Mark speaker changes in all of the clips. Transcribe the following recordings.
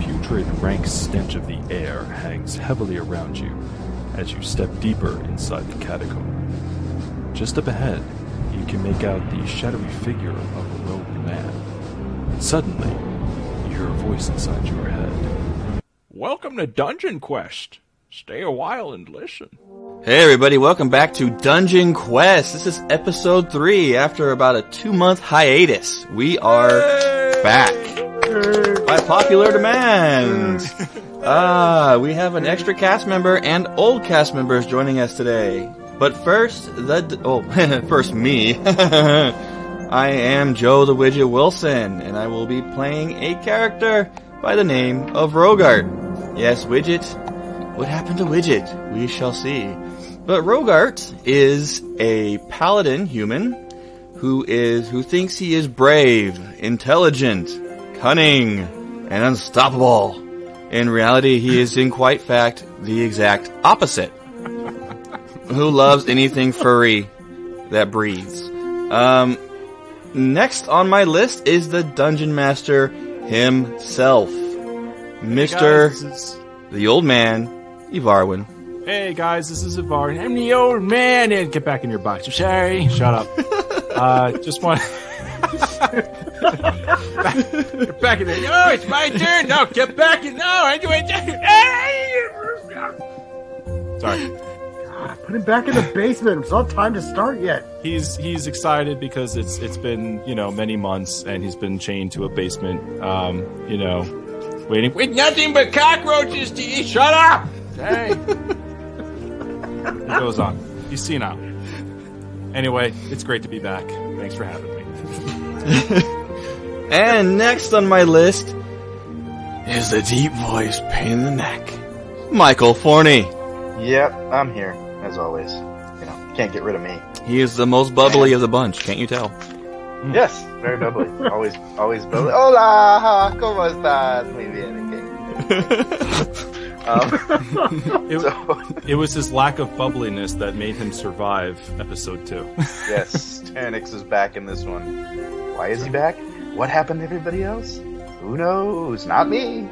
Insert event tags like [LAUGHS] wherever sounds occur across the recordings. Speaker 1: putrid, rank stench of the air hangs heavily around you as you step deeper inside the catacomb. Just up ahead, you can make out the shadowy figure of a robed man. Suddenly, you hear a voice inside your head.
Speaker 2: Welcome to Dungeon Quest. Stay a while and listen.
Speaker 3: Hey everybody, welcome back to Dungeon Quest. This is episode 3 after about a 2 month hiatus. We are Yay! back by popular demand. ah, we have an extra cast member and old cast members joining us today. But first, the d- oh, [LAUGHS] first me. [LAUGHS] I am Joe the Widget Wilson, and I will be playing a character by the name of Rogart. Yes, Widget. What happened to Widget? We shall see. But Rogart is a paladin human who is who thinks he is brave, intelligent, cunning, and unstoppable. In reality, he is in quite fact the exact opposite. Who loves anything furry that breathes? Um, next on my list is the Dungeon Master himself, Mister, hey the old man, Ivarwin.
Speaker 4: Hey guys, this is Ivarwin. I'm the old man. And get back in your box. I'm sorry. Shut up. uh, just want. [LAUGHS]
Speaker 2: back, back in there. Oh, it's my turn. No, get back in. No, I do
Speaker 4: [LAUGHS]
Speaker 2: it.
Speaker 4: Sorry.
Speaker 5: God, put him back in the basement. It's not time to start yet.
Speaker 4: He's he's excited because it's it's been you know many months and he's been chained to a basement. Um, you know, waiting
Speaker 2: with nothing but cockroaches to eat. Shut up.
Speaker 4: Hey. he goes on. He's senile. Anyway, it's great to be back. Thanks for having me.
Speaker 3: and next on my list is the deep voice pain in the neck, Michael Forney.
Speaker 6: Yep, I'm here as always. You know, can't get rid of me.
Speaker 3: He is the most bubbly of the bunch. Can't you tell?
Speaker 6: Yes, very bubbly. always, always bubbly. Hola, cómo estás? Muy bien.
Speaker 4: um, it, so. it was his lack of bubbliness that made him survive episode two.
Speaker 6: yes, Tanix is back in this one. Why is he back? What happened to everybody else? Who knows? Not me.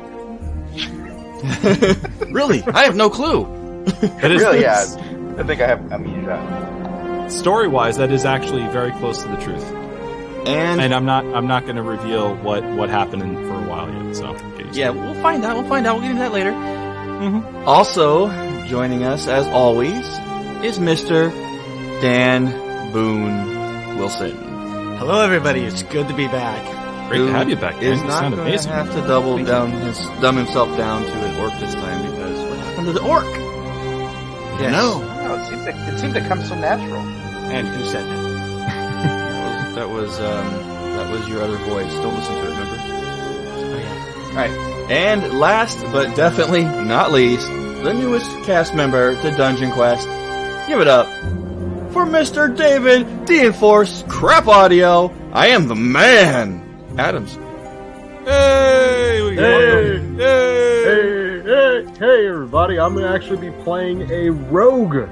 Speaker 3: really? I have no clue.
Speaker 6: that is really, yeah. I think I uh, have amnesia.
Speaker 4: Story wise, that is actually very close to the truth.
Speaker 3: And,
Speaker 4: and I'm not I'm not going to reveal what what happened in, for a while yet. So
Speaker 3: yeah, started. we'll find out. We'll find out. We'll get into that later. Mm-hmm. Also joining us as always is Mr. Dan Boone Wilson.
Speaker 7: Hello, everybody. It's good to be back.
Speaker 4: Great Who to have you back.
Speaker 3: Is
Speaker 4: you
Speaker 3: not
Speaker 4: sound
Speaker 3: going
Speaker 4: amazing.
Speaker 3: to have to double Thank down his dumb himself down to an orc this time because what happened to the orc?
Speaker 6: Yes. No, no. It seemed to, it seemed to come so natural.
Speaker 7: And who said that?
Speaker 3: that was that was, um, that was your other voice. Don't listen to it. Remember?
Speaker 7: Oh yeah.
Speaker 3: All right. And last but definitely not least, the newest cast member to Dungeon Quest. Give it up for Mr. David the Enforce Crap Audio. I am the man, Adams.
Speaker 2: Hey,
Speaker 5: hey, hey, hey, hey, everybody! I'm gonna actually be playing a rogue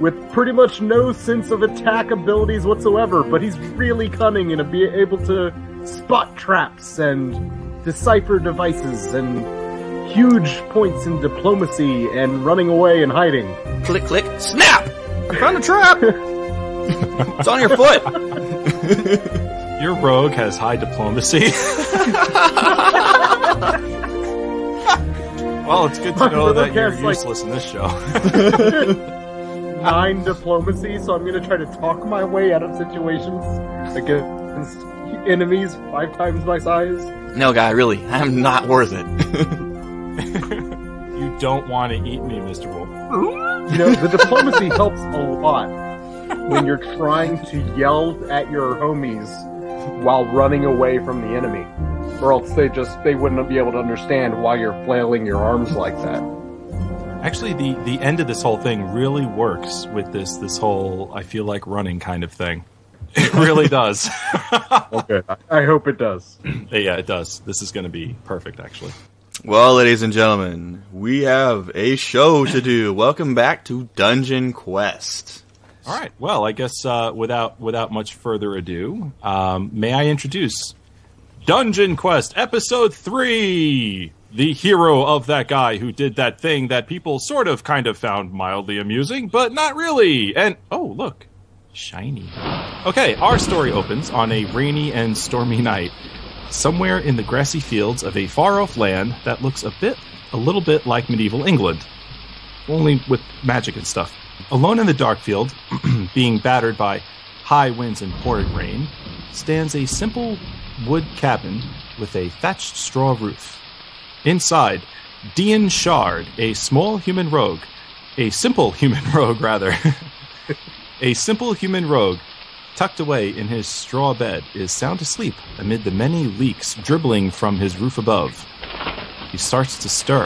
Speaker 5: with pretty much no sense of attack abilities whatsoever, but he's really cunning and to be able to spot traps and decipher devices and huge points in diplomacy and running away and hiding.
Speaker 3: Click, click, snap! I found a trap!
Speaker 5: [LAUGHS]
Speaker 3: it's on your foot!
Speaker 4: your rogue has high diplomacy. [LAUGHS] well, it's good to know that you're useless like... in this show. [LAUGHS]
Speaker 5: Nine diplomacy, so I'm gonna try to talk my way out of situations against enemies five times my size.
Speaker 3: [LAUGHS] No, guy, really, I'm not worth it. [LAUGHS]
Speaker 4: you don't want to eat me, Mr. Wolf
Speaker 5: you know, the diplomacy helps a lot when you're trying to yell at your homies while running away from the enemy, or else they just they wouldn't be able to understand why you're flailing your arms like that.
Speaker 4: Actually, the the end of this whole thing really works with this this whole I feel like running kind of thing. [LAUGHS] It really does. [LAUGHS]
Speaker 5: okay, I hope it does.
Speaker 4: yeah, it does. This is going to be perfect, actually.
Speaker 3: Well, ladies and gentlemen, we have a show to do. Welcome back to Dungeon Quest.
Speaker 4: All right. Well, I guess uh, without without much further ado, um, may I introduce Dungeon Quest Episode Three:
Speaker 8: the hero of that guy who did that thing that people sort of kind of found mildly amusing, but not really. And oh, look, shiny. Okay, our story opens on a rainy and stormy night, somewhere in the grassy fields of a far off land that looks a bit, a little bit like medieval England, only with magic and stuff. Alone in the dark field, [CLEARS THROAT] being battered by high winds and pouring rain, stands a simple wood cabin with a thatched straw roof. Inside, Dean Shard, a small human rogue, a simple [LAUGHS] human rogue, rather, [LAUGHS] a simple human rogue, tucked away in his straw bed, is sound asleep amid the many leaks dribbling from his roof above. He starts to stir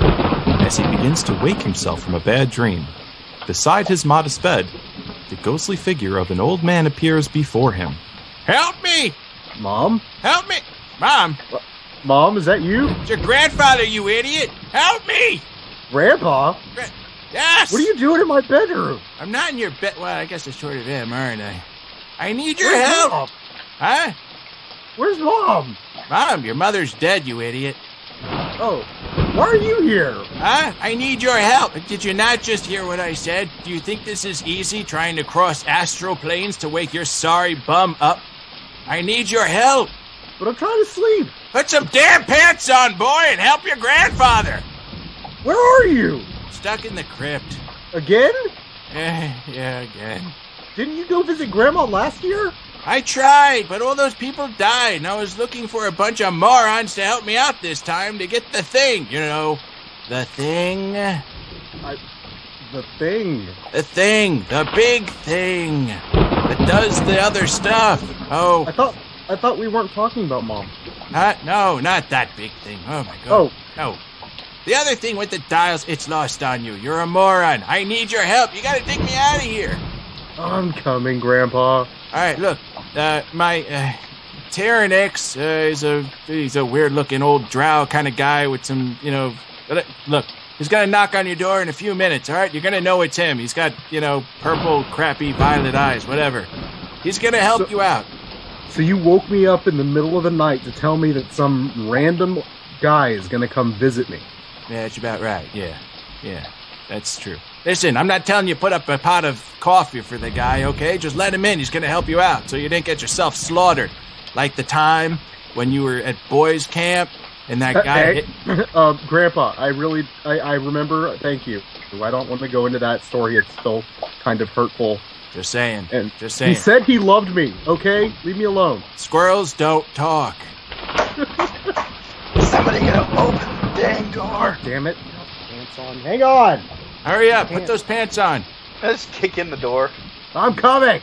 Speaker 8: as he begins to wake himself from a bad dream. Beside his modest bed, the ghostly figure of an old man appears before him.
Speaker 4: Help me!
Speaker 5: Mom?
Speaker 4: Help me! Mom,
Speaker 5: Mom, is that you?
Speaker 4: it's your grandfather, you idiot! Help me!
Speaker 5: Grandpa?
Speaker 4: Gra- Yes!
Speaker 5: What are you doing in my bedroom?
Speaker 4: I'm not in your bed. Well, I guess I sort of am, aren't I? I need your help!
Speaker 5: Mom?
Speaker 4: Huh?
Speaker 5: Where's Mom?
Speaker 4: Mom, your mother's dead, you idiot.
Speaker 5: Oh, why are you here?
Speaker 4: Huh? I need your help. Did you not just hear what I said? Do you think this is easy trying to cross astral planes to wake your sorry bum up? I need your help.
Speaker 5: But I'm trying to sleep.
Speaker 4: Put some damn pants on, boy, and help your
Speaker 5: [LAUGHS]
Speaker 4: grandfather.
Speaker 5: Where are you?
Speaker 4: Stuck in the crypt.
Speaker 5: Again?
Speaker 4: Eh, yeah, again.
Speaker 5: Didn't you go visit Grandma last year?
Speaker 4: I tried, but all those people died, and I was looking for a bunch of morons to help me out this time to get the thing, you know. The thing? The
Speaker 5: The thing.
Speaker 4: thing. The big thing. That does the other stuff. Oh,
Speaker 5: I thought I thought we weren't talking about Mom.
Speaker 4: Uh, no, not that big thing. Oh my god.
Speaker 5: Oh.
Speaker 4: No. The other thing with the dials, it's lost on you. You're a moron. I need your help. You gotta dig me out of here.
Speaker 5: I'm coming, Grandpa.
Speaker 4: Alright, look. Uh, my, uh, Terran X, uh, is a, he's a weird looking old drow kind of guy with some, you know, uh, look, he's gonna knock on your door in a few minutes, alright? You're gonna know it's him. He's got, you know, purple, crappy, violet eyes, whatever. He's gonna help
Speaker 5: So-
Speaker 4: you out.
Speaker 5: So you woke me up in the middle of the night to tell me that some random guy is gonna come visit me.
Speaker 4: Yeah, that's about right. Yeah, yeah, that's true. Listen, I'm not telling you put up a pot of coffee for the guy, okay? Just let him in. He's gonna help you out, so you didn't get yourself slaughtered, like the time when you were at boys' camp and that guy.
Speaker 5: Hey, [LAUGHS] um, Grandpa, I really, I, I remember. Thank you. I don't want to go into that story. It's still kind of hurtful.
Speaker 4: Just saying.
Speaker 5: And
Speaker 4: Just
Speaker 5: he
Speaker 6: [LAUGHS]
Speaker 4: saying.
Speaker 5: said he loved me. Okay, leave me alone.
Speaker 4: Squirrels don't talk.
Speaker 6: Somebody gonna open the dang door.
Speaker 5: Damn it! Pants on. Hang on.
Speaker 4: Hurry up! Put those pants on.
Speaker 6: Let's kick in the door.
Speaker 5: I'm coming.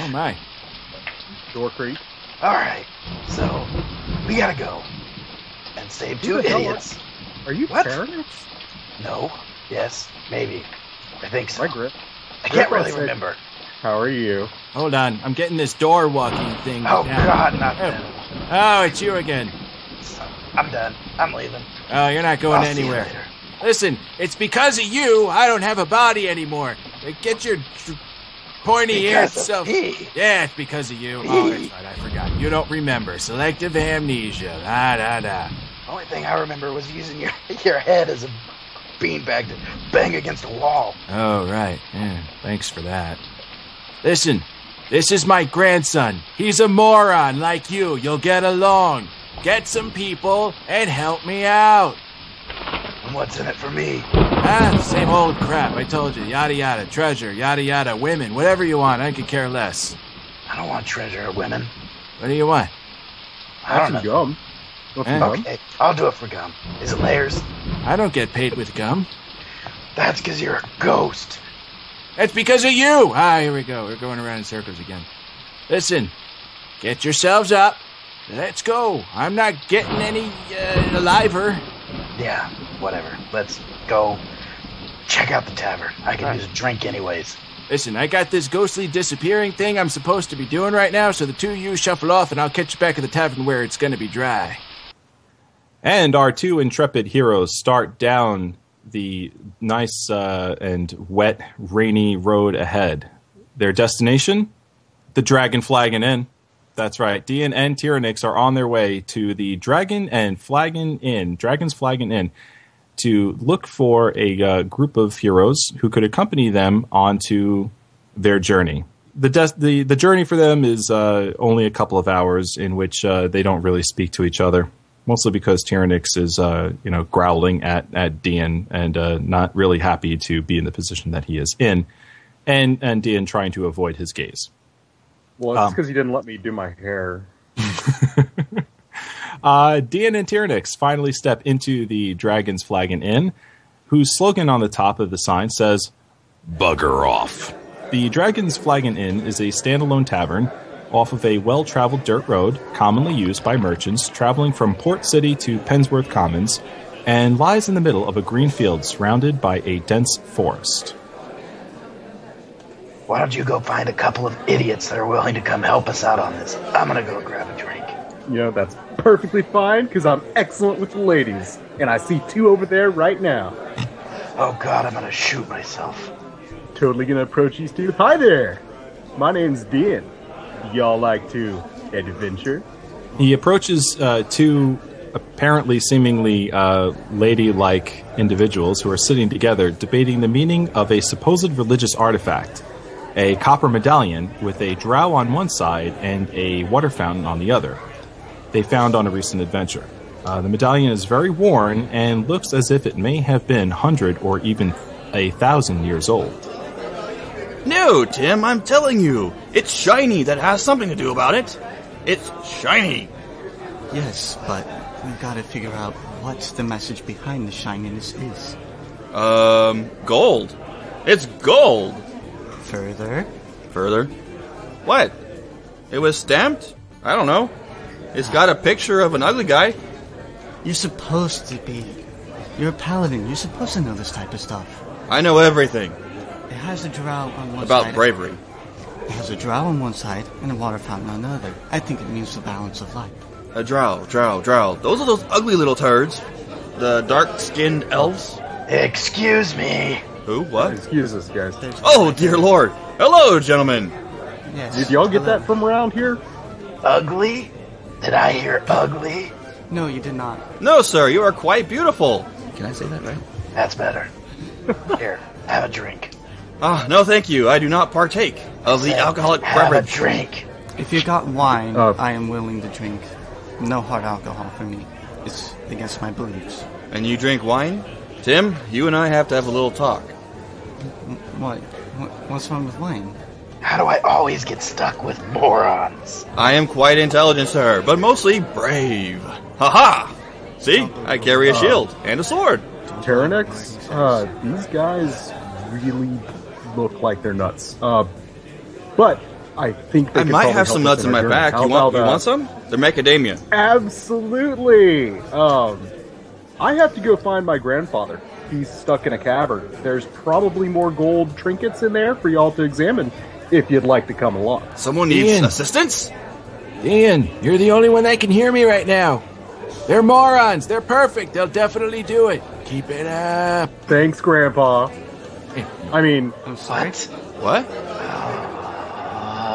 Speaker 4: Oh my!
Speaker 5: Door creak.
Speaker 6: All right, so we gotta go and save two
Speaker 5: Who the hell
Speaker 6: idiots.
Speaker 5: Are you
Speaker 6: What?
Speaker 5: Terran?
Speaker 6: No, yes, maybe. I think so.
Speaker 5: My grip.
Speaker 6: I can't
Speaker 5: grandpa
Speaker 6: really
Speaker 5: said-
Speaker 6: remember.
Speaker 5: How are you?
Speaker 4: Hold on. I'm getting this door walking thing.
Speaker 6: Oh
Speaker 4: down.
Speaker 6: God, not
Speaker 4: Oh.
Speaker 6: them.
Speaker 4: Oh, it's you again.
Speaker 6: I'm done. I'm leaving.
Speaker 4: Oh, you're not going
Speaker 6: I'll see you
Speaker 4: anywhere.
Speaker 6: later.
Speaker 4: Listen, it's because of you I don't have a body anymore. Uh, Get your dr- pointy eared
Speaker 6: Because of
Speaker 4: self.
Speaker 6: me.
Speaker 4: Yeah, it's because of you. Oh, that's right, I forgot. You don't remember. Selective amnesia. Da da da.
Speaker 6: Only thing I remember was using your [LAUGHS] your head as a beanbag to bang against a wall.
Speaker 4: Oh, right. Yeah, thanks for that. Listen, this is my grandson. He's a moron like you. You'll get along. Get some people and help me out.
Speaker 6: And what's in it for me?
Speaker 4: Ah, same old crap. I told you. Yada yada. Treasure. Yada yada. Women. Whatever you want. I could care less.
Speaker 6: I don't want treasure or women.
Speaker 4: What do you want?
Speaker 6: I don't
Speaker 5: Some
Speaker 6: know.
Speaker 5: gum. Want some
Speaker 4: Eh?
Speaker 5: gum?
Speaker 6: Okay, I'll do it for gum. Is it layers?
Speaker 4: I don't get paid with gum.
Speaker 6: That's because you're a ghost.
Speaker 4: That's because of you. Ah, here we go. We're going around in circles again. Listen, get yourselves up. Let's go. I'm not getting any uh, aliver.
Speaker 6: Yeah, whatever. Let's go check out the tavern. I can use a drink anyways.
Speaker 4: Listen, I got this ghostly disappearing thing I'm supposed to be doing right now, so the two of you shuffle off and I'll catch you back at the tavern where it's going to be dry.
Speaker 8: And our two intrepid heroes start down the nice uh, and wet, rainy road ahead. Their destination? The Dragon Flagon Inn.
Speaker 4: That's right. Dean and Tyrannix are on their way to the Dragon and Flagon Inn, Dragon's Flagon Inn, to look for a uh, group of heroes who could accompany them onto their journey. The, des- the, the journey for them is uh, only a couple of hours in which uh, they don't really speak to each other, mostly because Tyrannix is uh, you know growling at, at Dean and uh, not really happy to be in the position that he is in, and, and Dean trying to avoid his gaze.
Speaker 5: Well,
Speaker 6: Um.
Speaker 5: it's because you didn't let me do my hair.
Speaker 4: Uh, Dean and Tyrannix finally step into the Dragon's Flagon Inn, whose slogan on the top of the sign says, Bugger off. The Dragon's Flagon Inn is a standalone tavern off of a well traveled dirt road commonly used by merchants traveling from Port City to Pensworth Commons and lies in the middle of a green field surrounded by a dense forest.
Speaker 6: Why don't you go find a couple of idiots that are willing to come help us out on this? I'm gonna go grab a drink.
Speaker 5: You know, that's perfectly fine because I'm excellent with the ladies. And I see two over there right now.
Speaker 6: Oh god, I'm gonna shoot myself.
Speaker 5: Totally gonna approach these two. Hi there! My name's Dean. Y'all like to adventure?
Speaker 4: He approaches uh, two apparently seemingly uh, ladylike individuals who are sitting together debating the meaning of a supposed religious artifact, a copper medallion with a drow on one side and a water fountain on the other. They found on a recent adventure. Uh, the medallion is very worn and looks as if it may have been hundred or even a thousand years old.
Speaker 3: No, Tim, I'm telling you. It's shiny. That has something to do about it. It's shiny.
Speaker 7: Yes, but we've got to figure out what the message behind the shininess is.
Speaker 3: Um, gold. It's gold.
Speaker 7: Further,
Speaker 3: Further. What? It was stamped? I don't know. It's got a picture of an ugly guy.
Speaker 7: you're supposed to be. You're a paladin. You're supposed to know this type of stuff.
Speaker 3: I know everything
Speaker 7: It has a drow on one side.
Speaker 3: about bravery.
Speaker 7: It has a drow on one side and a water fountain on the other. I think it means the balance of life.
Speaker 3: A drow, drow, drow. Those are those ugly little turds. The dark skinned elves.
Speaker 6: Excuse me.
Speaker 3: Who? What?
Speaker 5: Excuse us, guys.
Speaker 7: There's
Speaker 3: Oh, dear lord. Hello, gentlemen.
Speaker 7: Yes.
Speaker 5: Did y'all get
Speaker 7: hello.
Speaker 5: that from around here?
Speaker 6: Ugly? Did I hear ugly?
Speaker 7: No, you did not.
Speaker 3: No, sir, you are quite beautiful. Can I say that right?
Speaker 6: That's
Speaker 7: [LAUGHS]
Speaker 6: better. Here, have a drink.
Speaker 3: Ah, no, thank you. I do not partake of the alcoholic
Speaker 6: Have a
Speaker 3: beverage.
Speaker 6: drink.
Speaker 7: If you got wine,
Speaker 5: Uh,
Speaker 7: I am willing to drink. No hard alcohol for me. It's against my beliefs.
Speaker 3: And you drink wine? Tim, you and I have to have a little talk.
Speaker 7: What? what what's wrong with wine?
Speaker 6: How do I always get stuck with morons?
Speaker 3: I am quite intelligent, sir, but mostly brave. Haha! See, I carry a
Speaker 5: Uh,
Speaker 3: shield and a sword.
Speaker 5: Terranex? Uh, these guys really look like they're nuts. Uh, but I think they
Speaker 3: I
Speaker 5: could
Speaker 3: might
Speaker 5: probably
Speaker 3: have some
Speaker 5: help
Speaker 3: nuts
Speaker 5: us
Speaker 3: in
Speaker 5: our
Speaker 3: my
Speaker 5: journey.
Speaker 3: back.
Speaker 5: How
Speaker 3: You want,
Speaker 5: about,
Speaker 3: you
Speaker 5: uh,
Speaker 3: want some? They're macadamia.
Speaker 5: Absolutely. Um, I have to go find my grandfather. He's stuck in a cavern. There's probably more gold trinkets in there for y'all to examine if you'd like to come along.
Speaker 3: Someone needs
Speaker 2: Ian.
Speaker 3: assistance?
Speaker 2: Ian, you're the only one that can hear me right now. They're morons. They're perfect. They'll definitely do it. Keep it up.
Speaker 5: Thanks, Grandpa. I mean,
Speaker 7: I'm sorry.
Speaker 6: What?
Speaker 3: What?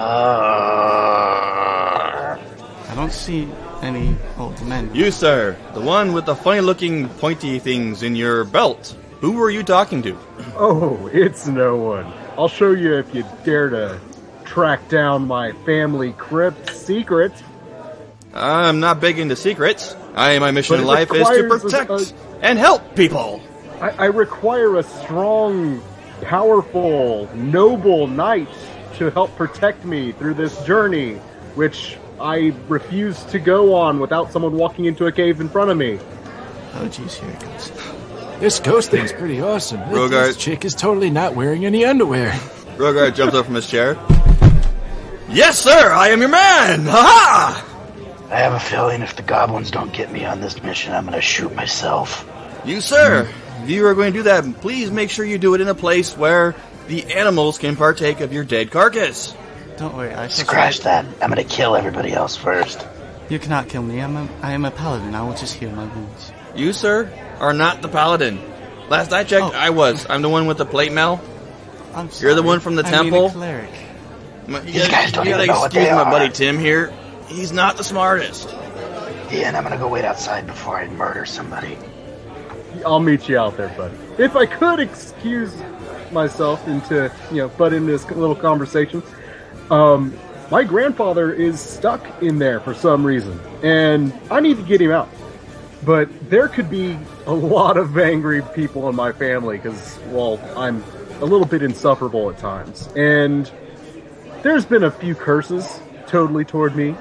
Speaker 6: Uh,
Speaker 7: I don't see any old men.
Speaker 3: You, sir, the one with the funny looking pointy things in your belt. Who were you talking to?
Speaker 5: oh, it's no one. I'll show you if you dare to track down my family crypt secret.
Speaker 3: I'm not big into secrets. I my mission
Speaker 5: But
Speaker 3: in
Speaker 5: it
Speaker 3: life is to
Speaker 5: requires
Speaker 3: protect
Speaker 5: us-
Speaker 3: and help people.
Speaker 5: I, I require a strong, powerful, noble knight to help protect me through this journey, which I refuse to go on without someone walking into a cave in front of me.
Speaker 7: Oh, jeez, here it comes.
Speaker 2: This ghost thing's pretty awesome. This-
Speaker 3: Rogart.
Speaker 2: This chick is totally not wearing any underwear.
Speaker 3: Rogard jumps up from his chair. Yes, sir, I am your man. Ha
Speaker 6: I have a feeling if the goblins don't get me on this mission, I'm gonna shoot myself.
Speaker 3: ha! You, sir, if you are going to do that, please make sure you do it in a place where the animals can partake of your dead carcass.
Speaker 7: Don't worry, I shall
Speaker 6: Scratch that. I'm gonna kill everybody else first.
Speaker 7: You cannot kill me. I'm a, I am a paladin. I will just heal my wounds.
Speaker 3: You, sir, are not the paladin. Last I checked,
Speaker 7: Oh.
Speaker 3: I was. I'm the one with the plate mail.
Speaker 7: I'm sorry.
Speaker 3: You're the one from the
Speaker 7: I mean a
Speaker 3: temple?
Speaker 7: cleric.
Speaker 3: My- You
Speaker 6: These guys don't
Speaker 3: you
Speaker 6: even
Speaker 3: gotta
Speaker 6: know what
Speaker 3: excuse
Speaker 6: they
Speaker 3: my
Speaker 6: are.
Speaker 3: buddy Tim here. He's not the smartest.
Speaker 6: Dan, I'm gonna go wait outside before I murder somebody.
Speaker 5: I'll meet you out there, buddy. If I could excuse myself into, you know, butt in this little conversation, um, my grandfather is stuck in there for some reason, and I need to get him out. But there could be a lot of angry people in my family because, well, I'm a little bit insufferable at times. And there's been a few curses totally toward me,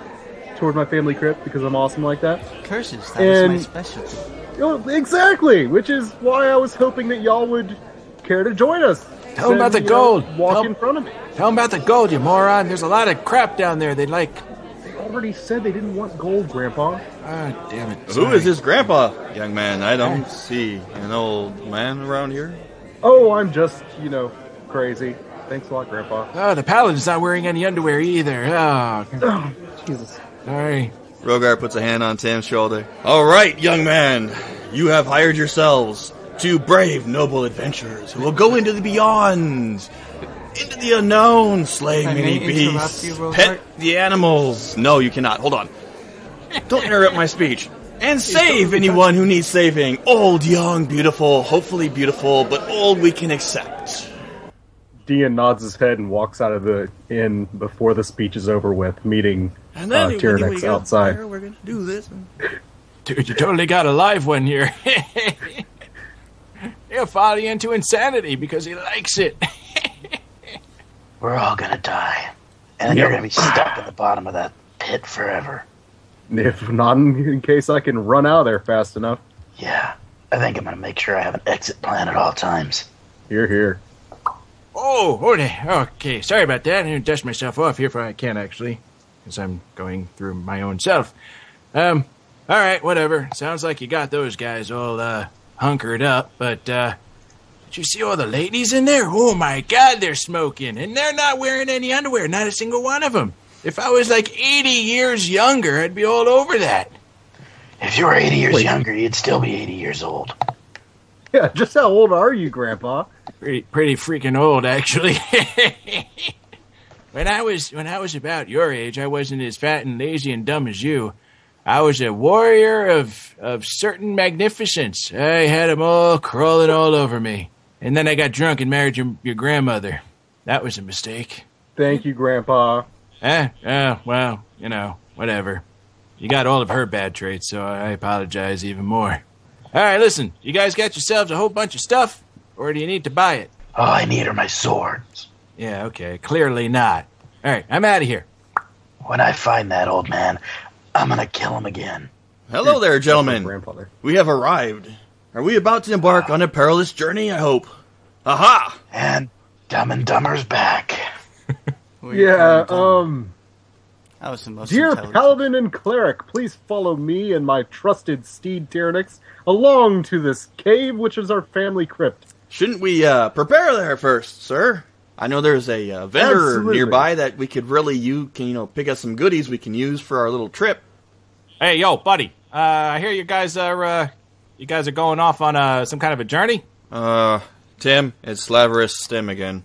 Speaker 5: toward my family crypt because I'm awesome like that.
Speaker 7: Curses, that is my
Speaker 5: And-
Speaker 7: specialty.
Speaker 5: Oh, exactly, which is why I was hoping that y'all would care to join us.
Speaker 2: Tell 'em about the
Speaker 5: you
Speaker 2: gold.
Speaker 5: walk
Speaker 2: Tell-
Speaker 5: in front of me.
Speaker 2: Tell them about the gold, you moron. There's a lot of crap down there they like.
Speaker 5: They already said they didn't want gold, Grandpa.
Speaker 2: Ah, damn it.
Speaker 3: Who is this grandpa, young man? I don't see an old man around here.
Speaker 5: Oh, I'm just, you know, crazy. Thanks a lot, Grandpa.
Speaker 2: Oh, the paladin's not wearing any underwear either. Oh,
Speaker 5: Oh, Jesus.
Speaker 2: sorry.
Speaker 3: Rogar puts a hand on Tim's shoulder. All right, young man, you have hired yourselves two brave, noble adventurers who will go into the beyond, into the unknown, slaying
Speaker 7: Can I
Speaker 3: many
Speaker 7: interrupt
Speaker 3: beasts,
Speaker 7: you, Rogar?
Speaker 3: pet the animals. No, you cannot. Hold on. Don't interrupt my speech. And save anyone who needs saving. Old, young, beautiful, hopefully beautiful, but old we can accept.
Speaker 5: Dean nods his head and walks out of the inn before the speech is over with, meeting uh,
Speaker 3: And then when we
Speaker 5: Tyrannex
Speaker 3: get
Speaker 5: outside.
Speaker 3: there, we're gonna do this.
Speaker 2: Dude, you totally got a live one [LAUGHS] here. He'll follow you into insanity because he likes it. [LAUGHS]
Speaker 6: We're all gonna die. And then you're gonna be stuck in the bottom of that pit forever.
Speaker 5: If not, in case I can run out of there fast enough.
Speaker 6: Yeah. I think I'm gonna make sure I have an exit plan at all times.
Speaker 5: Here, here. [LAUGHS]
Speaker 2: Oh, okay. okay. Sorry about that. I'm going to dust myself off here if I can, actually, because I'm going through my own self. Um, all right, whatever. Sounds like you got those guys all uh, hunkered up, but uh, did you see all the ladies in there? Oh my God, they're smoking, and they're not wearing any underwear, not a single one of them. If I was like 80 years younger, I'd be all over that.
Speaker 6: If you were 80 years younger, you'd still be 80 years old.
Speaker 5: Yeah, just how old are you, Grandpa?
Speaker 2: pretty pretty freaking old actually. [LAUGHS] when I was when I was about your age, I wasn't as fat and lazy and dumb as you. I was a warrior of of certain magnificence. I had 'em all crawling all over me, and then I got drunk and married your your grandmother. That was a mistake.
Speaker 5: Thank you, Grandpa.
Speaker 2: Eh? Uh, well, you know, whatever. You got all of her bad traits, so I apologize even more. All right, listen. You guys got yourselves a whole bunch of stuff, or do you need to buy it?
Speaker 6: All I need are my swords.
Speaker 2: Yeah, okay. Clearly not. All right, I'm out of here.
Speaker 6: When I find that old man, I'm gonna kill him again.
Speaker 3: Hello there, gentlemen.
Speaker 5: Grandfather.
Speaker 3: We have arrived. Are we about to embark on a perilous journey, I hope? Aha!
Speaker 6: And Dumb and Dumber's back.
Speaker 7: Where you
Speaker 5: Yeah,
Speaker 7: coming from?
Speaker 5: um,
Speaker 7: That was the most
Speaker 5: dear
Speaker 7: intelligent-
Speaker 5: paladin and cleric, please follow me and my trusted steed Tyrannix along to this cave, which is our family crypt.
Speaker 3: Shouldn't we uh, prepare there first, sir? I know there's a uh, vendor
Speaker 5: Absolutely.
Speaker 3: nearby that we could really you can you know pick up some goodies we can use for our little trip.
Speaker 4: Hey, yo, buddy. Uh, I hear you guys are uh, you guys are going off on uh, some kind of a journey.
Speaker 3: Uh, Tim, it's Slaverus Stem again.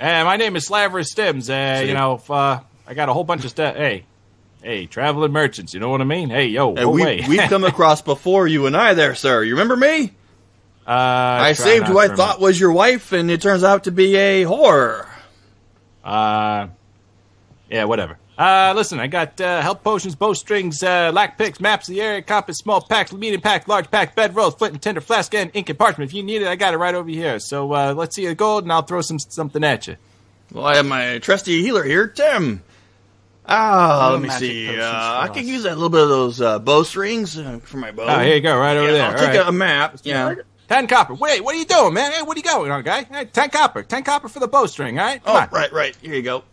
Speaker 4: Hey, my name is Slaverus Stims. Uh,
Speaker 3: See?
Speaker 4: you know, if, uh, I got a whole bunch of stuff. Hey, hey, traveling merchants. You know what I mean? Hey, yo,
Speaker 3: And
Speaker 4: whoa,
Speaker 3: we
Speaker 4: wait.
Speaker 5: [LAUGHS]
Speaker 3: we've come across before you and I there, sir. You remember me?
Speaker 4: uh,
Speaker 3: I, saved who I thought was your wife, and it turns out to be a whore.
Speaker 4: Uh, yeah, whatever. Uh, listen, I got uh, health potions, bowstrings, uh, lack picks, maps of the area, compass, small pack, medium pack, large pack, bedrolls, flint and tinder, flask, and ink and parchment. If you need it, I got it right over here. So uh, let's see the gold, and I'll throw some something at you.
Speaker 3: Well, I have my trusty healer here, Tim. Ah,
Speaker 7: No
Speaker 3: let me
Speaker 7: magic
Speaker 3: see.
Speaker 7: potions
Speaker 3: Uh,
Speaker 7: for
Speaker 3: I
Speaker 7: us.
Speaker 3: could use that little bit of those uh, bowstrings uh, for my bow.
Speaker 4: Oh, here you go, right over
Speaker 3: Yeah,
Speaker 4: there.
Speaker 3: I'll
Speaker 4: All
Speaker 3: take
Speaker 4: right.
Speaker 3: a um, map. Yeah.
Speaker 4: Ten copper. Wait, what are you doing, man? Hey, what are you going on, guy? Hey, ten copper. Ten copper for the bowstring. All right. Come
Speaker 3: Oh,
Speaker 4: on.
Speaker 3: right, right. Here you go.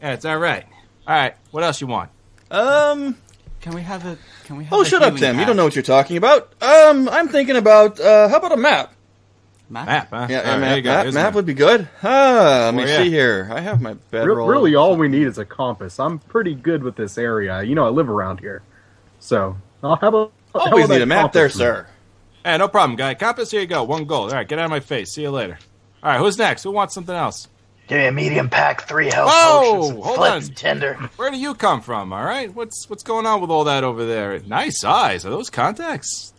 Speaker 4: Yeah, it's all right. All right. What else you want?
Speaker 3: Um.
Speaker 7: Can we have a? Can we have?
Speaker 3: Oh,
Speaker 7: a
Speaker 3: shut up,
Speaker 7: healing
Speaker 3: Tim. You
Speaker 7: map?
Speaker 3: don't know what you're talking about. Um, I'm thinking about. Uh, how about a map?
Speaker 7: Map?
Speaker 4: Map. Huh?
Speaker 3: Yeah,
Speaker 4: All
Speaker 3: yeah,
Speaker 4: right, Ah, here
Speaker 3: map.
Speaker 4: you go.
Speaker 3: Map,
Speaker 4: Here's
Speaker 3: map
Speaker 4: one.
Speaker 3: would be good. Ah, let me
Speaker 4: Well, yeah.
Speaker 3: see here. I have my
Speaker 5: Re-
Speaker 3: bedroll.
Speaker 5: really, all we need is a compass. I'm pretty good with this area. You know, I live around here, so I'll have a. I'll
Speaker 3: Always
Speaker 5: have that
Speaker 3: need a map
Speaker 5: compass
Speaker 3: there,
Speaker 5: for
Speaker 3: sir.
Speaker 5: me.
Speaker 4: Hey, no problem, guy. Compass. Here you go. One gold. All right. Get out of my face. See you later. All right. Who's next? Who wants something else?
Speaker 6: Give me a medium pack, three health
Speaker 2: Whoa,
Speaker 6: potions, and
Speaker 2: hold
Speaker 6: flip
Speaker 2: on.
Speaker 6: and tender.
Speaker 2: Where do you come from? All right, what's what's going on with all that over there? Nice eyes. Are those contacts?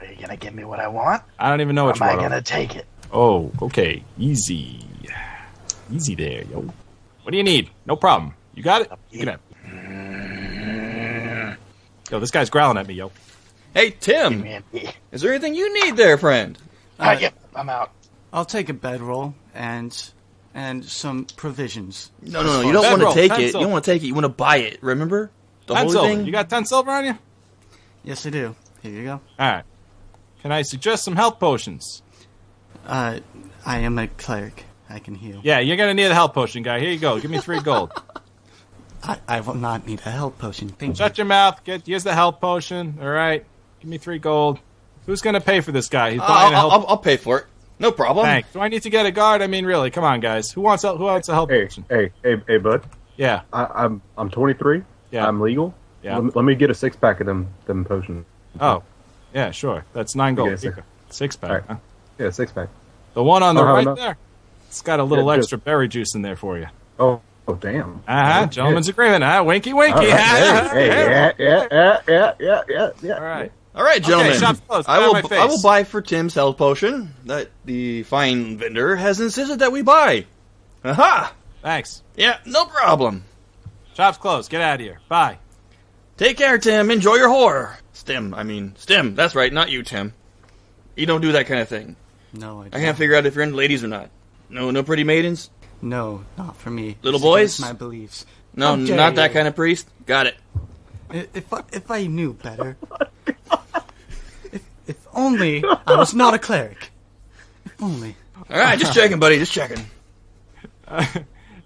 Speaker 6: Are you gonna give me what I want?
Speaker 2: I don't even know
Speaker 6: Or
Speaker 2: what
Speaker 6: am
Speaker 2: you
Speaker 6: I
Speaker 2: want.
Speaker 6: gonna take it?
Speaker 4: Oh, okay. Easy. Easy there, yo.
Speaker 2: What do you need? No problem. You got it. You can have. it. Yo, this guy's growling at me, yo.
Speaker 3: Hey, Tim,
Speaker 6: Man,
Speaker 3: is there anything you need there, friend?
Speaker 6: I get, I'm out.
Speaker 7: I'll take a bedroll and and some provisions.
Speaker 3: No, no, no. You don't
Speaker 4: Bedroll,
Speaker 3: want to take it.
Speaker 4: pencil.
Speaker 3: You don't want to take it. You want to buy it. Remember the
Speaker 2: Ten
Speaker 3: whole
Speaker 2: silver.
Speaker 3: thing.
Speaker 2: You got ten silver on you?
Speaker 7: Yes, I do. Here you go.
Speaker 2: All right. Can I suggest some health potions?
Speaker 7: Uh, I am a cleric. I can heal.
Speaker 2: Yeah, you're gonna need a health potion, guy. Here you go. Give me three [LAUGHS] gold.
Speaker 7: I, I will not need a health potion. Thank you.
Speaker 2: Shut your mouth. Get here's the health potion. All right. Give me three gold. Who's gonna pay for this guy? He's buying
Speaker 3: I'll,
Speaker 2: a health.
Speaker 3: I'll, I'll, I'll pay for it. No problem.
Speaker 2: Thanks. Do I need to get a guard? I mean, really? Come on, guys. Who wants? Who wants a health
Speaker 5: Hey,
Speaker 2: potion?
Speaker 5: hey, hey, hey, bud.
Speaker 2: Yeah.
Speaker 5: I, I'm I'm 23.
Speaker 2: Yeah.
Speaker 5: I'm legal.
Speaker 2: Yeah.
Speaker 5: Lem- Let, me get a six pack of them them potions.
Speaker 2: Oh, yeah. Sure. That's nine
Speaker 5: Okay,
Speaker 2: gold.
Speaker 5: sir.
Speaker 2: Six pack.
Speaker 5: All right.
Speaker 2: huh?
Speaker 5: Yeah, six pack.
Speaker 2: The one on the
Speaker 5: Oh, how
Speaker 2: right
Speaker 5: about-
Speaker 2: there. It's got a little
Speaker 5: Yeah, just-
Speaker 2: extra berry juice in there for you.
Speaker 5: Oh, oh, damn.
Speaker 2: Uh huh. Gentleman's agreement. Ah, winky winky.
Speaker 5: All right.
Speaker 2: [LAUGHS] huh?
Speaker 5: Hey, yeah, yeah, yeah, yeah, yeah, yeah, yeah.
Speaker 2: All right.
Speaker 3: All right, gentlemen.
Speaker 2: shop's closed.
Speaker 3: I
Speaker 2: Get out
Speaker 3: will.
Speaker 2: of my
Speaker 3: I
Speaker 2: face.
Speaker 3: will buy for Tim's health potion that the fine vendor has insisted that we buy. Aha!
Speaker 2: Thanks.
Speaker 3: Yeah, no problem.
Speaker 2: Shop's closed. Get out of here. Bye.
Speaker 3: Take care, Tim. Enjoy your horror. Stim, I mean Stim. That's right, not you, Tim. You don't do that kind of thing.
Speaker 7: No, I,
Speaker 3: I
Speaker 7: don't.
Speaker 3: can't figure out if you're into ladies or not. No, no pretty maidens.
Speaker 7: No, not for me.
Speaker 3: Little
Speaker 7: It's
Speaker 3: boys?
Speaker 7: against my beliefs.
Speaker 3: No,
Speaker 7: How dare
Speaker 3: not that
Speaker 7: you.
Speaker 3: kind of priest. Got it.
Speaker 7: I- If I, if I knew better. if, if only I was not a cleric. If only.
Speaker 3: All right, just checking, buddy. Just checking.
Speaker 4: All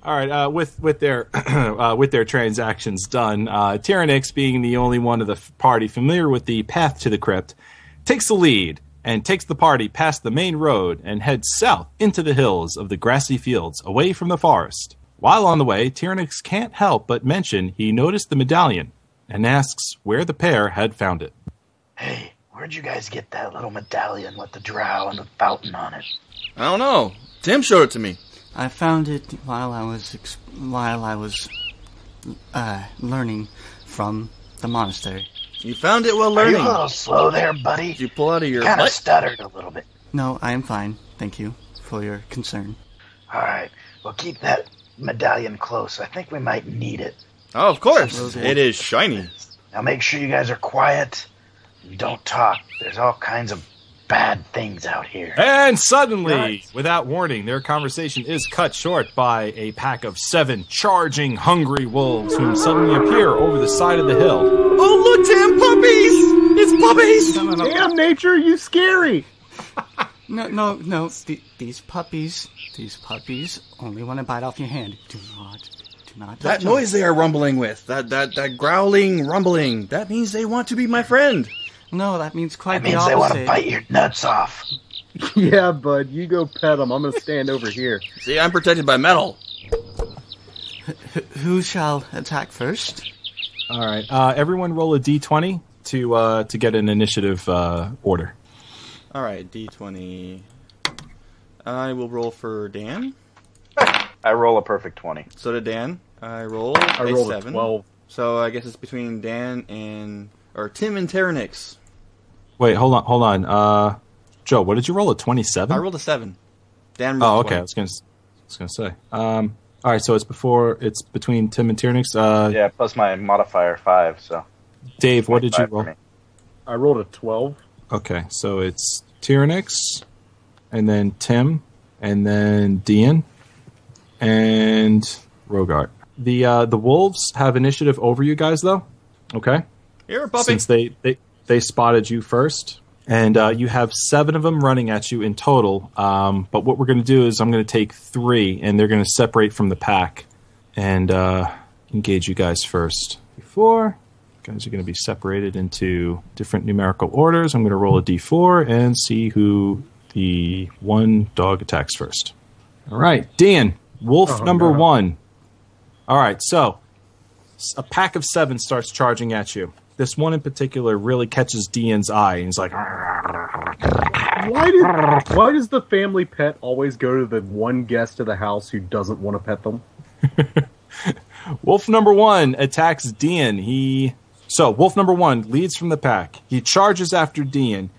Speaker 4: right. Uh, with with their [CLEARS THROAT] uh, with their transactions done, uh, Tyranix, being the only one of the f- party familiar with the path to the crypt, takes the lead and takes the party past the main road and heads south into the hills of the grassy fields, away from the forest. While on the way, Tyranix can't help but mention he noticed the medallion and asks where the pair had found it.
Speaker 6: Hey, where'd you guys get that little medallion with the drow and the fountain on it?
Speaker 3: I don't know. Tim showed it to me.
Speaker 7: I found it while I was ex- while I was uh, learning from the monastery.
Speaker 3: You found it while
Speaker 6: Are you
Speaker 3: learning.
Speaker 6: a little slow there,
Speaker 3: Did
Speaker 6: buddy?
Speaker 3: you pull out of your
Speaker 6: Kind of
Speaker 3: butt?
Speaker 6: stuttered a little bit.
Speaker 7: No, I am fine. Thank you for your concern.
Speaker 6: All right, well keep that medallion close. I think we might need it.
Speaker 3: Oh, of course.
Speaker 7: Those
Speaker 3: It is shiny.
Speaker 6: Now make sure you guys are quiet. and Don't talk. There's all kinds of bad things out here.
Speaker 4: And suddenly, without warning, their conversation is cut short by a pack of seven charging, hungry wolves whom suddenly appear over the side of the hill.
Speaker 3: [LAUGHS] Oh, look, Tim, puppies! It's puppies!
Speaker 5: Damn nature, you scary.
Speaker 7: No, no, no. Th- these puppies, these puppies only want to bite off your hand. Do not, do not. touch
Speaker 3: That
Speaker 7: 'em.
Speaker 3: noise they are rumbling with, that, that, that growling, rumbling, that means they want to be my friend.
Speaker 7: No, that means quite
Speaker 6: That means
Speaker 7: the
Speaker 6: they want
Speaker 7: opposite.
Speaker 6: to bite your nuts off.
Speaker 5: Yeah, bud, you go pet them. I'm gonna stand over here.
Speaker 3: See, I'm protected by metal.
Speaker 7: Who shall attack first?
Speaker 4: All right, uh, everyone, roll a d20 to uh, to get an initiative uh, order.
Speaker 3: Alright, D20. I will roll for Dan.
Speaker 6: I roll a perfect 20.
Speaker 3: So did Dan. I roll
Speaker 5: I rolled a
Speaker 3: seven.
Speaker 5: twelve.
Speaker 3: So I guess it's between Dan and. or Tim and Terranix.
Speaker 4: Wait, hold on, hold on. Uh, Joe, what did you roll? A 27?
Speaker 5: Hmm?
Speaker 3: I rolled a seven. Dan
Speaker 4: oh,
Speaker 3: rolled
Speaker 4: okay. I
Speaker 3: 20.
Speaker 4: was gonna, s- I was gonna say. Um, all right, so it's before it's between Tim and Tiernix. Uh,
Speaker 6: Yeah, plus my modifier 5, so.
Speaker 4: Dave, what did you
Speaker 6: five for
Speaker 4: roll?
Speaker 6: me.
Speaker 5: I rolled a twelve.
Speaker 4: Okay, so it's Tyrannix, and then Tim, and then Dean, and Rogart. The uh, the wolves have initiative over you guys, though. Okay,
Speaker 3: Here, puppy.
Speaker 4: since they they they spotted you first, and uh, you have seven of them running at you in total. Um, but what we're going to do is I'm going to take three, and they're going to separate from the pack and uh, engage you guys first. Before you guys are going to be separated into different numerical orders. I'm going to roll a d4 and see who the one dog attacks first. All right, Dan, wolf number
Speaker 5: no.
Speaker 4: one. All right, so s- a pack of seven starts charging at you. This one in particular really catches Dan's eye, and he's like,
Speaker 5: Why did why does the family pet always go to the one guest of the house who doesn't want to pet them?
Speaker 4: Wolf number one attacks Dean. He so Wolf number one leads from the pack. He charges after Dean.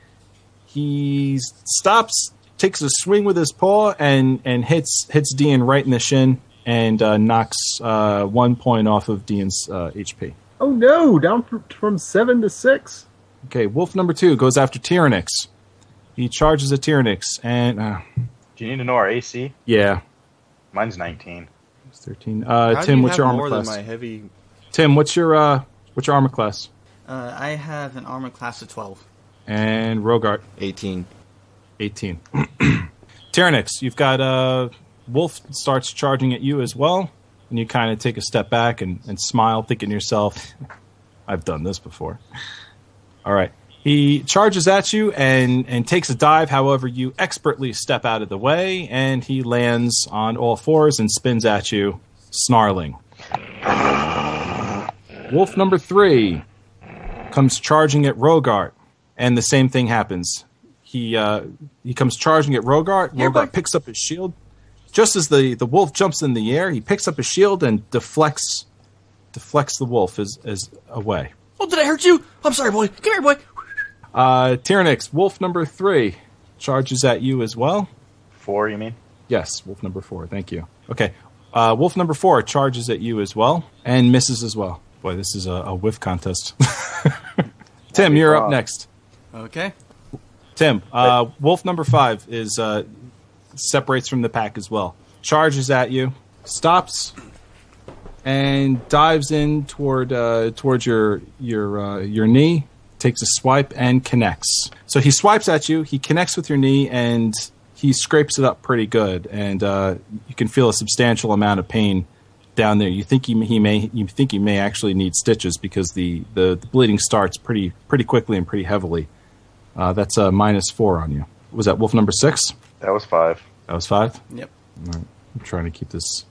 Speaker 4: He stops, takes a swing with his paw, and and hits hits Dean right in the shin and uh, knocks uh, one point off of Dean's uh, HP.
Speaker 5: Oh no, down fr- from seven to six.
Speaker 4: Okay, Wolf number two goes after Tyrannix. He charges at Tyrannix, and uh,
Speaker 6: Do you need to know our AC?
Speaker 4: yeah,
Speaker 6: Mine's 19.
Speaker 4: it's thirteen. Uh, Tim, what's your armor
Speaker 3: more
Speaker 4: class?
Speaker 3: Than my heavy...
Speaker 4: Tim, what's your uh, what's your armor class?
Speaker 7: Uh, I have an armor class of 12.
Speaker 4: And Rogart.
Speaker 3: 18.
Speaker 4: 18. [CLEARS THROAT] Tyrannix, you've got uh, Wolf starts charging at you as well, and you kind of take a step back and, and smile, thinking to yourself, I've done this before. All right. He charges at you and, and takes a dive. However, you expertly step out of the way, and he lands on all fours and spins at you, snarling. Wolf number three comes charging at Rogart, and the same thing happens he uh, he comes charging at Rogart. Rogart picks up his shield. Just as the, the wolf jumps in the air, he picks up his shield and deflects deflects the wolf as, as away.
Speaker 9: Oh, did I hurt you? I'm sorry, boy. Come here, boy.
Speaker 4: Uh, Tyrannix, wolf number three, charges at you as well.
Speaker 6: Four, you mean?
Speaker 4: Yes, wolf number four. Thank you. Okay, uh, wolf number four charges at you as well and misses as well. Boy, this is a, a whiff contest. [LAUGHS] Tim, you're up
Speaker 6: fun.
Speaker 4: next.
Speaker 7: Okay.
Speaker 4: Tim, uh, Wolf number five is uh, separates from the pack as well. Charges at you, stops, and dives in toward uh, towards your your uh, your knee. Takes a swipe and connects. So he swipes at you. He connects with your knee and he scrapes it up pretty good. And uh, you can feel a substantial amount of pain down there. You think he, he may you think he may actually need stitches because the, the, the bleeding starts pretty pretty quickly and pretty heavily. Uh, that's a minus four on you. Was that wolf number six?
Speaker 6: That was five.
Speaker 4: That was five.
Speaker 7: Yep.
Speaker 4: I'm trying to keep this.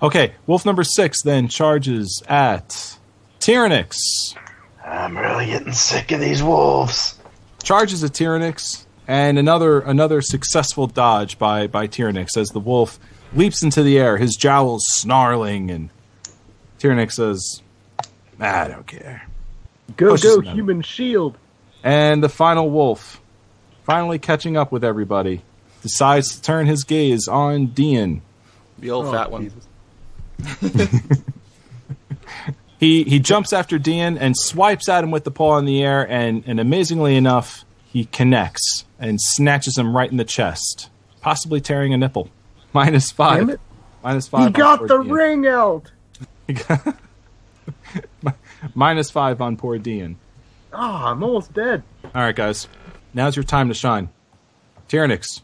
Speaker 4: Okay, wolf number six then charges at Tyrannix.
Speaker 6: I'm really getting sick of these wolves.
Speaker 4: Charges at Tyrannix, and another another successful dodge by by Tyrannix as the wolf leaps into the air, his jowls snarling, and Tyrannix says, "I don't care."
Speaker 5: Go
Speaker 4: Pushes
Speaker 5: go
Speaker 4: them out.
Speaker 5: human shield.
Speaker 4: And the final wolf, finally catching up with everybody, decides to turn his gaze on Dean.
Speaker 3: The old fat one.
Speaker 4: He he jumps after Dean and swipes at him with the paw in the air, and, and amazingly enough, he connects and snatches him right in the chest, possibly tearing a nipple. [LAUGHS] Minus five.
Speaker 5: Damn it.
Speaker 4: Minus
Speaker 5: He
Speaker 4: five.
Speaker 5: got
Speaker 4: on poor
Speaker 5: the
Speaker 4: Dean.
Speaker 5: ring out.
Speaker 4: Minus five on poor Dean.
Speaker 5: Ah, I'm almost dead.
Speaker 4: All right, guys, now's your time to shine. Tyrannix,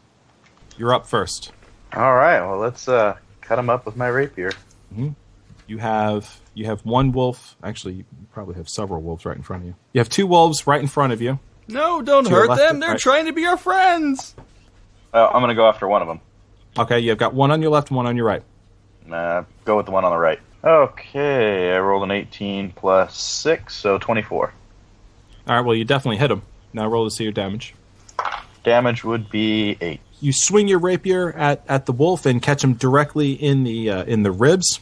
Speaker 4: you're up first.
Speaker 6: All right, well, let's uh, cut them up with my rapier.
Speaker 4: You have you have one wolf. Actually, you probably have several wolves right in front of you. You have two wolves right in front of you.
Speaker 3: No, don't
Speaker 4: your
Speaker 3: hurt
Speaker 4: left
Speaker 3: them.
Speaker 4: and
Speaker 3: They're
Speaker 4: right.
Speaker 3: trying to be our friends.
Speaker 6: Oh, I'm going to go after one of them.
Speaker 4: Okay, you've got one on your left, and one on your right.
Speaker 6: Uh, go with the one on the right. Okay, I rolled an 18 plus 6, so 24.
Speaker 4: All right, well, you definitely hit him. Now roll to see your damage.
Speaker 6: Damage would be 8.
Speaker 4: you swing your rapier at, at the wolf and catch him directly in the uh, in the ribs,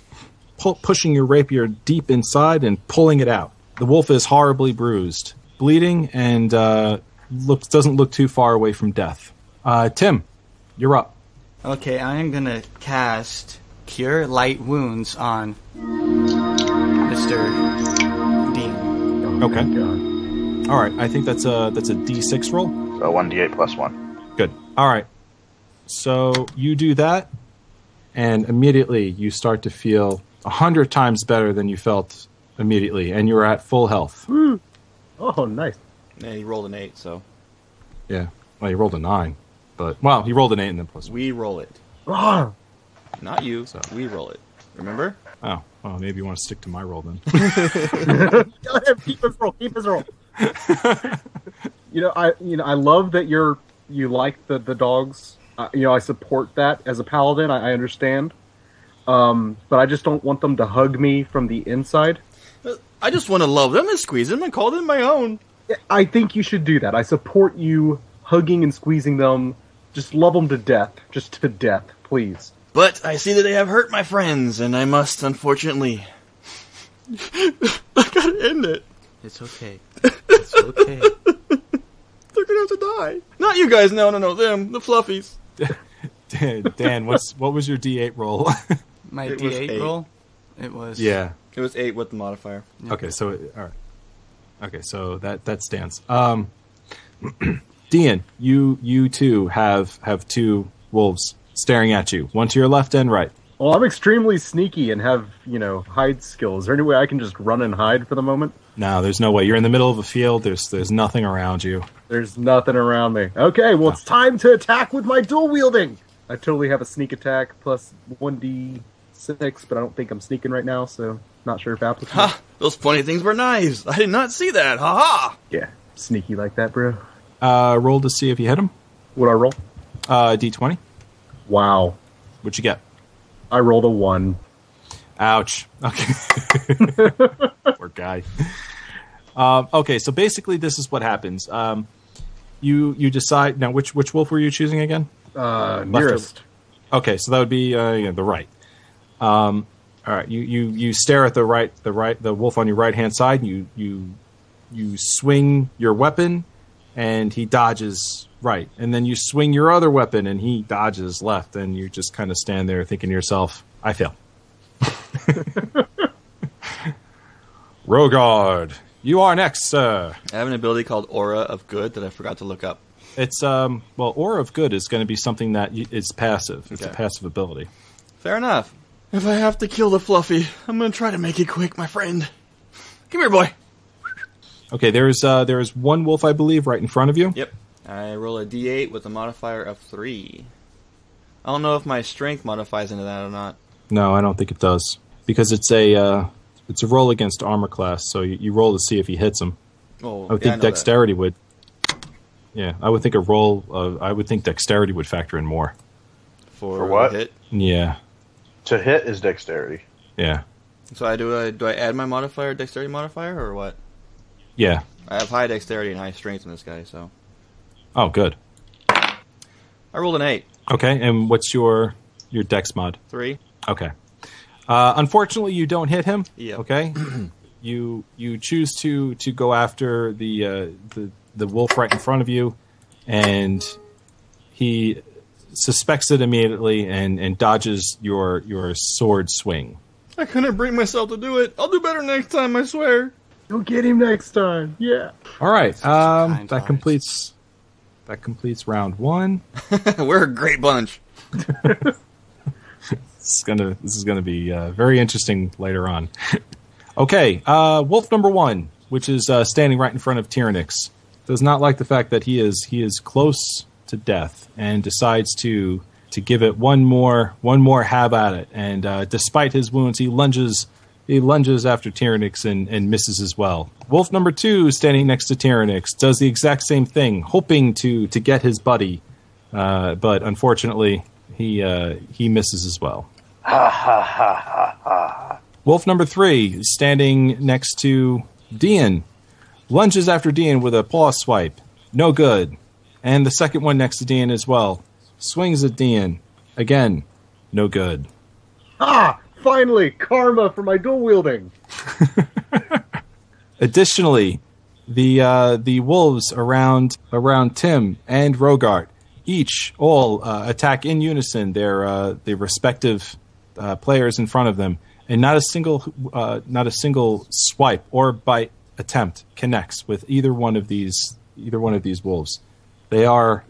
Speaker 4: pu- pushing your rapier deep inside and pulling it out. The wolf is horribly bruised, bleeding, and uh, looks doesn't look too far away from death. Uh, Tim, you're up.
Speaker 7: Okay, I am gonna cast Cure Light Wounds on Mr. Dean.
Speaker 4: Okay. All right. I think that's a that's a D6 roll.
Speaker 6: So 1d8 plus 1.
Speaker 4: Good. All right. So you do that, and immediately you start to feel a hundred times better than you felt immediately, and you're at full health.
Speaker 5: Oh, nice.
Speaker 3: Yeah, he rolled an 8, so
Speaker 4: Yeah. Well, he rolled a nine, but well, he rolled an eight and then plus.
Speaker 3: we roll it.
Speaker 5: Ah,
Speaker 3: Not you. We roll it. Remember?
Speaker 4: Oh, well, maybe you want to stick to my roll then.
Speaker 5: Go ahead, keep his roll. Keep his roll. [LAUGHS] you know, I you know I love that you're you like the the dogs. Uh, you know, I support that as a paladin. I, I understand, um, but I just don't want them to hug me from the inside.
Speaker 3: I just want to love them and squeeze them and call them my own.
Speaker 5: I think you should do that. I support you hugging and squeezing them. Just love them to death. Just to death, please.
Speaker 3: But I see that they have hurt my friends, and I must, unfortunately. [LAUGHS] I gotta end it.
Speaker 7: It's okay.
Speaker 3: [LAUGHS]
Speaker 7: It's okay.
Speaker 3: They're gonna have to die. Not you guys, no, no, no, them, the fluffies.
Speaker 4: [LAUGHS] Dan, what's what was your D8 roll? [LAUGHS]
Speaker 7: My
Speaker 3: It was
Speaker 7: D8
Speaker 3: eight.
Speaker 7: roll? It was.
Speaker 3: It was eight with the modifier.
Speaker 4: Okay, so it- all right. Okay, so that that stands. Um, [CLEARS THROAT] Dean, you you too have have two wolves staring at you, one to your left and right.
Speaker 5: Well, I'm extremely sneaky and have, you know, hide skills. Is there any way I can just run and hide for the moment?
Speaker 4: No, there's no way. You're in the middle of a field. There's there's nothing around you.
Speaker 5: There's nothing around me. Okay, well, it's time to attack with my dual wielding. I totally have a sneak attack plus 1d6, but I don't think I'm sneaking right now, so not sure if applicable.
Speaker 3: Ha! Ah, Those pointy things were knives. I did not see that. Ha ha!
Speaker 5: Yeah, sneaky like that, bro.
Speaker 4: Uh, roll to see if you hit him.
Speaker 5: What I roll?
Speaker 4: Uh, D20.
Speaker 5: Wow.
Speaker 4: What you get?
Speaker 5: I rolled a 1.
Speaker 4: Ouch. Okay. [LAUGHS] Poor guy. Um, okay, so basically, this is what happens. Um, you you decide now which which wolf were you choosing again?
Speaker 5: Uh, nearest.
Speaker 4: Okay, so that would be uh, yeah, the right. Um, all right, you, you you stare at the right the right the wolf on your right hand side. And you you you swing your weapon, and he dodges right, and then you swing your other weapon, and he dodges left, and you just kind of stand there thinking to yourself, "I fail." [LAUGHS] Rogard, you are next, sir.
Speaker 3: I have an ability called Aura of Good that I forgot to look up.
Speaker 4: It's um well, aura of good is going to be something that y- is passive. It's a
Speaker 3: Okay.
Speaker 4: passive ability.
Speaker 3: Fair enough. If I have to kill the fluffy, I'm gonna try to make it quick, my friend. Come here, boy.
Speaker 4: Okay, there is uh, there is one wolf, I believe, right in front of you.
Speaker 3: Yep. I roll a d8 with a modifier of 3. I don't know if my strength modifies into that or not.
Speaker 4: No, I don't think it does because it's a uh, it's a roll against armor class, so you, you roll to see if he hits him.
Speaker 3: Oh,
Speaker 4: I would
Speaker 3: yeah,
Speaker 4: think
Speaker 3: know that.
Speaker 4: dexterity would. Yeah, I would think a roll. Of, I would think dexterity would factor in more.
Speaker 3: For,
Speaker 6: For what?
Speaker 3: Hit.
Speaker 4: Yeah,
Speaker 6: To hit is dexterity.
Speaker 4: yeah,
Speaker 3: So I do. I, do I add my modifier, dexterity modifier, or what?
Speaker 4: yeah.
Speaker 3: I have high dexterity and high strength in this guy, so
Speaker 4: Oh, good.
Speaker 3: I rolled an eight,
Speaker 4: Okay, and what's your your dex mod?
Speaker 3: three.
Speaker 4: Okay. Uh, unfortunately, you don't hit him.
Speaker 3: Yeah.
Speaker 4: Okay. you you choose to to go after the uh, the the wolf right in front of you, and he suspects it immediately and and dodges your your sword swing.
Speaker 3: I couldn't bring myself to do it. I'll do better next time, I swear.
Speaker 5: Go get him next time. Yeah.
Speaker 4: All right.
Speaker 7: Kind
Speaker 4: Um, that
Speaker 7: eyes.
Speaker 4: completes that completes round one.
Speaker 3: [LAUGHS] We're a great bunch.
Speaker 4: This is gonna this is gonna be uh, very interesting later on. [LAUGHS] okay, uh, Wolf number one, which is uh, standing right in front of Tyrannix, does not like the fact that he is he is close to death and decides to to give it one more one more have at it. And uh, despite his wounds, he lunges he lunges after Tyrannix and, and misses as well. Wolf number two, standing next to Tyrannix, does the exact same thing, hoping to to get his buddy, uh, but unfortunately. He uh, he misses as well. Wolf number three, is standing next to Dean, lunges after Dean with a paw swipe. No good. And the second one next to Dean as well. Swings at Dean. Again, no good.
Speaker 5: Ah! Finally, karma for my dual wielding.
Speaker 4: Additionally, the uh, the wolves around around Tim and Rogart each all uh, attack in unison their uh, their respective uh, players in front of them, and not a single uh, not a single swipe or bite attempt connects with either one of these either one of these wolves. They are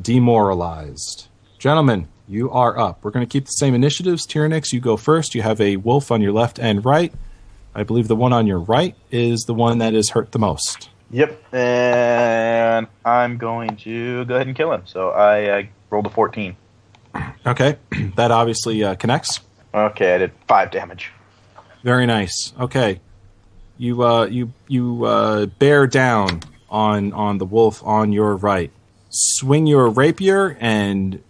Speaker 4: demoralized. Gentlemen, you are up. We're going to keep the same initiatives. Tyrannix, you go first. You have a wolf on your left and right. I believe the one on your right is the one that is hurt the most.
Speaker 6: Yep. And I'm going to go ahead and kill him. So I uh, rolled a 14.
Speaker 4: Okay, [CLEARS THROAT] that obviously uh, connects.
Speaker 6: Okay, I did five damage.
Speaker 4: Very nice. Okay, you uh, you you uh, bear down on on the wolf on your right. Swing your rapier and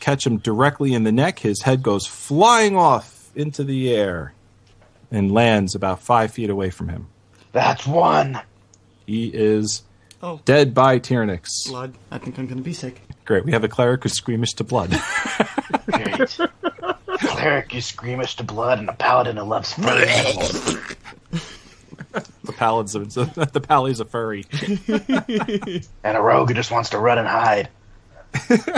Speaker 4: catch him directly in the neck. His head goes flying off into the air and lands about five feet away from him.
Speaker 6: That's one.
Speaker 4: He is
Speaker 7: Oh.
Speaker 4: Dead by Tyrannix.
Speaker 7: Blood. I think I'm gonna be sick.
Speaker 4: Great. We have a cleric who's squeamish to blood. [LAUGHS]
Speaker 6: Great. Cleric is screamish to blood, and a paladin who loves furry animals.
Speaker 4: the paladin's a, [LAUGHS] the pally's a furry.
Speaker 6: and a rogue who just wants to run and hide.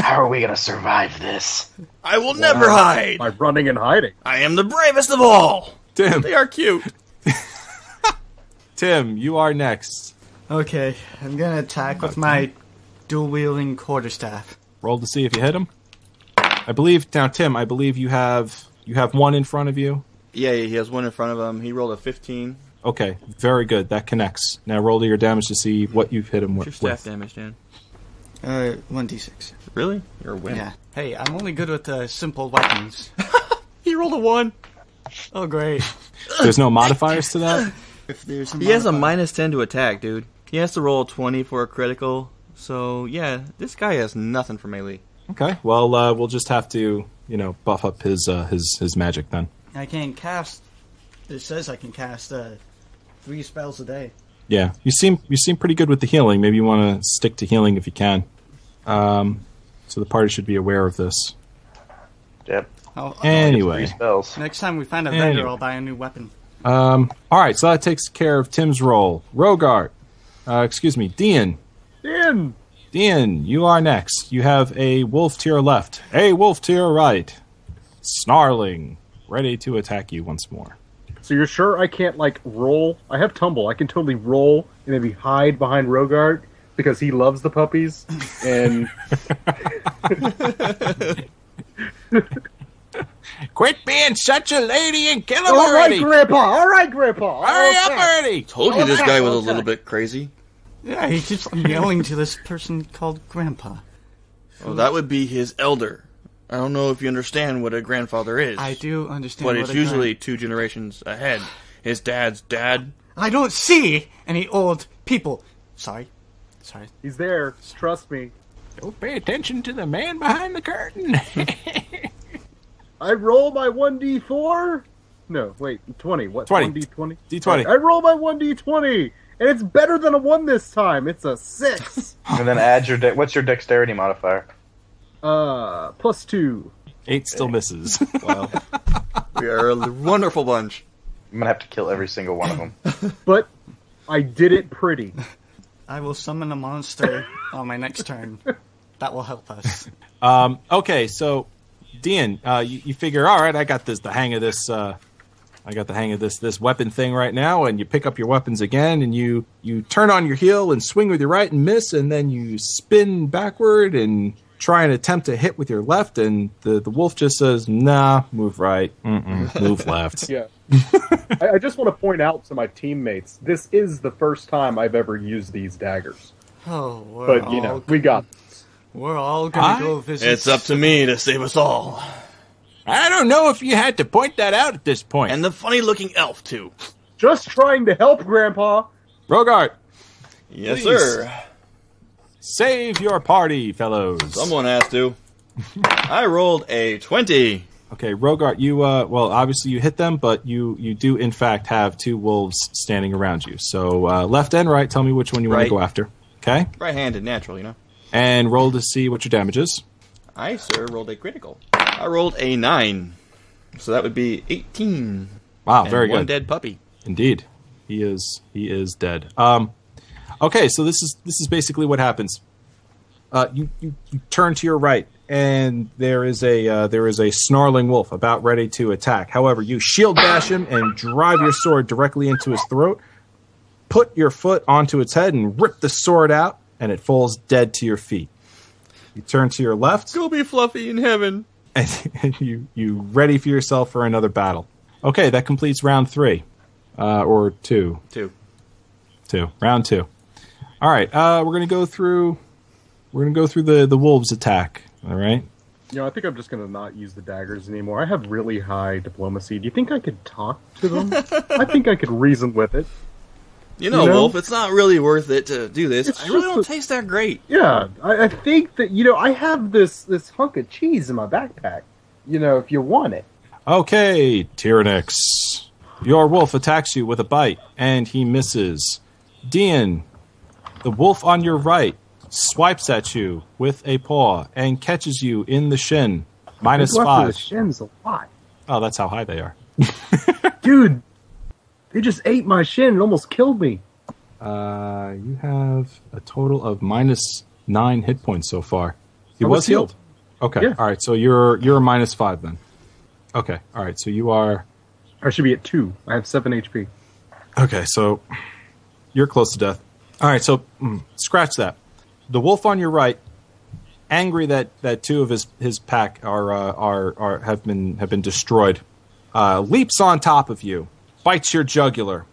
Speaker 6: How are we gonna survive this?
Speaker 9: I will never hide.
Speaker 5: by running and hiding.
Speaker 9: I am the bravest of all.
Speaker 4: Tim,
Speaker 9: They are cute.
Speaker 4: Tim, you are next.
Speaker 7: Okay, I'm gonna attack with my dual wielding quarterstaff.
Speaker 4: Roll to see if you hit him. I believe now, Tim. I believe you have you have one in front of you.
Speaker 3: Yeah, yeah, he has one in front of him. He rolled a 15.
Speaker 4: Okay, very good. That connects. Now roll to your damage to see what you've hit him
Speaker 3: What's your
Speaker 4: with.
Speaker 3: staff damage, Dan?
Speaker 7: Uh, 1d6.
Speaker 3: Really? You're a wimp.
Speaker 7: Yeah. Hey, I'm only good with uh, simple weapons.
Speaker 3: He rolled a 1. [LAUGHS]
Speaker 7: Oh, great.
Speaker 4: There's no modifiers to that.
Speaker 7: If there's
Speaker 3: He has a minus 10 to attack, dude. He has to roll a 20 for a critical. So, yeah, this guy has nothing for melee.
Speaker 4: Okay. Well, uh, we'll just have to you know buff up his uh, his his magic then.
Speaker 7: I can cast. It says I can cast uh, three spells a day.
Speaker 4: Yeah, you seem you seem pretty good with the healing. Maybe you want to stick to healing if you can. Um, so the party should be aware of this.
Speaker 6: Yep.
Speaker 7: Oh,
Speaker 6: Three
Speaker 4: Anyway,
Speaker 6: spells.
Speaker 7: next time we find a
Speaker 4: Anyway.
Speaker 7: vendor, I'll buy a new weapon.
Speaker 4: um, all right. So that takes care of Tim's roll. Rogart, uh, excuse me, Dean.
Speaker 5: Then
Speaker 4: Dean, you are next. You have a wolf to your left, a wolf to your right, snarling, ready to attack you once more.
Speaker 5: So you're sure I can't like roll? I have tumble. I can totally roll and maybe hide behind Rogart because he loves the puppies. [LAUGHS] And
Speaker 2: Quit being such a lady and kill him
Speaker 5: all right,
Speaker 2: already.
Speaker 5: Grandpa. All right, Grandpa.
Speaker 2: Hurry
Speaker 5: all
Speaker 2: up already.
Speaker 3: Told you this guy was a little bit crazy.
Speaker 7: Yeah, he keeps yelling to this person called Grandpa.
Speaker 9: Well, that would be his elder. I don't know if you understand what a grandfather is.
Speaker 7: I do understand.
Speaker 3: But
Speaker 7: what
Speaker 3: it's
Speaker 7: a grand-
Speaker 3: usually two generations ahead. His dad's dad.
Speaker 7: I don't see any old people. Sorry. Sorry.
Speaker 5: He's there. Trust me.
Speaker 2: Don't pay attention to the man behind the [LAUGHS] curtain.
Speaker 5: I roll my one d four. No, wait, twenty. What?
Speaker 4: 20.
Speaker 5: One d twenty.
Speaker 4: D20.
Speaker 5: I roll my one d twenty, and it's better than a one this time. It's a six.
Speaker 6: And then add your. De- what's your dexterity modifier?
Speaker 5: uh, plus two.
Speaker 4: Eight still misses.
Speaker 3: Wow. we are a wonderful bunch.
Speaker 6: I'm gonna have to kill every single one of them.
Speaker 5: But I did it pretty.
Speaker 7: I will summon a monster on my next turn. That will help us.
Speaker 4: um, okay, so Dean, uh, you, you figure, all right, I got this, the hang of this, uh, I got the hang of this, this weapon thing right now, and you pick up your weapons again, and you you turn on your heel and swing with your right and miss, and then you spin backward and try and attempt to hit with your left, and the the wolf just says, nah, move right, Mm-mm, move [LAUGHS] left.
Speaker 5: Yeah. I, I just want to point out to my teammates this is the first time I've ever used these daggers.
Speaker 7: Oh, we're
Speaker 5: But,
Speaker 7: all
Speaker 5: you know, we got.
Speaker 7: we're all gonna
Speaker 4: I-
Speaker 7: go visit.
Speaker 9: It's up to me to save us all.
Speaker 2: I don't know if you had to point that out at this point.
Speaker 9: And the funny looking elf, too.
Speaker 5: Just trying to help, Grandpa!
Speaker 4: Rogart,
Speaker 3: Yes,
Speaker 4: Please.
Speaker 3: sir.
Speaker 4: save your party, fellows.
Speaker 3: Someone has
Speaker 9: [LAUGHS]
Speaker 3: to. I rolled a 20.
Speaker 4: Okay, Rogart, you uh, well, obviously you hit them, but you you do in fact have two wolves standing around you. So uh, left and right, tell me which one you want
Speaker 3: Right.
Speaker 4: to go after. Okay,
Speaker 3: Right handed, natural, you know.
Speaker 4: and roll to see what your damage is.
Speaker 3: I, sir, rolled a critical. I rolled a 9. So that would be 18.
Speaker 4: Wow,
Speaker 3: And
Speaker 4: Oh, very
Speaker 3: one
Speaker 4: good,
Speaker 3: dead puppy.
Speaker 4: indeed. He is he is dead. Um, okay, so this is this is basically what happens. Uh, you, you you turn to your right, and there is a uh, there is a snarling wolf about ready to attack. However, you shield dash him and drive your sword directly into his throat. put your foot onto its head and rip the sword out, and it falls dead to your feet. You turn to your left,
Speaker 3: Go be fluffy in heaven.
Speaker 4: and, and [LAUGHS] you you ready for yourself for another battle. Okay, that completes round three, uh, or two,
Speaker 3: Two.
Speaker 4: two round two. All right, uh, we're gonna go through. We're gonna go through the the wolves attack. All right.
Speaker 5: You know, I think I'm just gonna not use the daggers anymore. I have really high diplomacy. Do you think I could talk to them? I think I could reason with it.
Speaker 3: You know,
Speaker 5: You know?
Speaker 3: Wolf, it's not really worth it to do this.
Speaker 5: It's
Speaker 3: I really
Speaker 5: just
Speaker 3: don't
Speaker 5: a-
Speaker 3: taste
Speaker 9: [LAUGHS]
Speaker 3: that great.
Speaker 5: Yeah, I, I think that, you know, I have this, this hunk of cheese in my backpack. You know, if you want it.
Speaker 4: Okay, Tyrannix. Your wolf attacks you with a bite, and he misses. Dean, The wolf on your right swipes at you with a paw and catches you in the shin. Minus
Speaker 5: We've left
Speaker 4: five.
Speaker 5: with shins a lot.
Speaker 4: Oh, that's how high they are.
Speaker 5: Dude, they just ate my shin and almost killed me.
Speaker 4: Uh, you have a total of minus nine hit points so far. He
Speaker 5: I
Speaker 4: was,
Speaker 5: was
Speaker 4: healed. Okay.
Speaker 5: Yeah.
Speaker 4: All right. So you're you're minus five then. Okay. All right. So you are.
Speaker 5: I should be at two. I have seven HP.
Speaker 4: Okay, so you're close to death. All right, so mm, scratch that. The wolf on your right, angry that, that two of his his pack are uh, are are have been have been destroyed, uh, leaps on top of you, bites your jugular.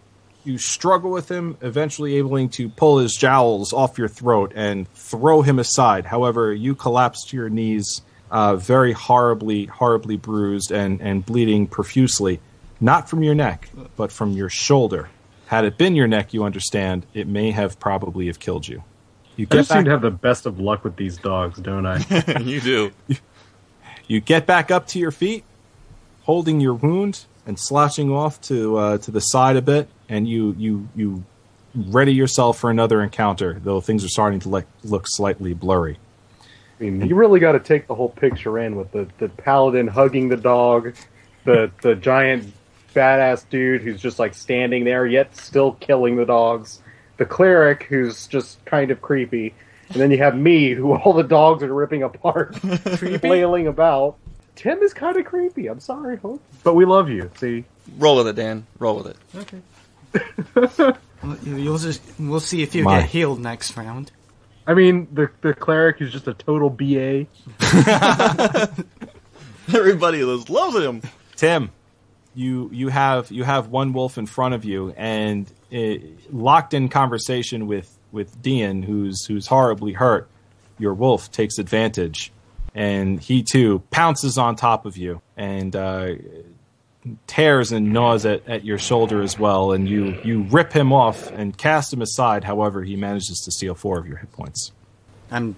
Speaker 4: You struggle with him, eventually able to pull his jowls off your throat and throw him aside. However, you collapse to your knees, uh, very horribly, horribly bruised and, and bleeding profusely not from your neck, but from your shoulder. Had it been your neck, you understand, it may have probably have killed you. You
Speaker 5: I
Speaker 4: get
Speaker 5: just
Speaker 4: back,
Speaker 5: seem to have the best of luck with these dogs, don't I?
Speaker 3: you do.
Speaker 4: you get back up to your feet, holding your wound and slouching off to uh, to the side a bit, and you you you ready yourself for another encounter. Though things are starting to like look slightly blurry.
Speaker 10: I mean, you really got to take the whole picture in with the, the paladin hugging the dog, the the giant badass dude who's just like standing there yet still killing the dogs, the cleric who's just kind of creepy, and then you have me who [LAUGHS] all the dogs are ripping
Speaker 5: [LAUGHS]
Speaker 10: apart, flailing about. Tim is kind of creepy. I'm sorry, Hope.
Speaker 5: but we love you. See,
Speaker 9: Roll with it, Dan. Roll with it.
Speaker 7: [LAUGHS] Well, you- You'll just, we'll see if you
Speaker 4: My.
Speaker 7: get healed next round.
Speaker 5: I mean, the the cleric is just a total ba.
Speaker 9: [LAUGHS] Everybody was loving him.
Speaker 4: Tim, you you have you have one wolf in front of you, and eh, locked in conversation with with Dean, who's who's horribly hurt. Your wolf takes advantage, and he too pounces on top of you and uh, tears and gnaws at, at your shoulder as well. And you you rip him off and cast him aside. However, he manages to steal four of your hit points.
Speaker 7: I'm,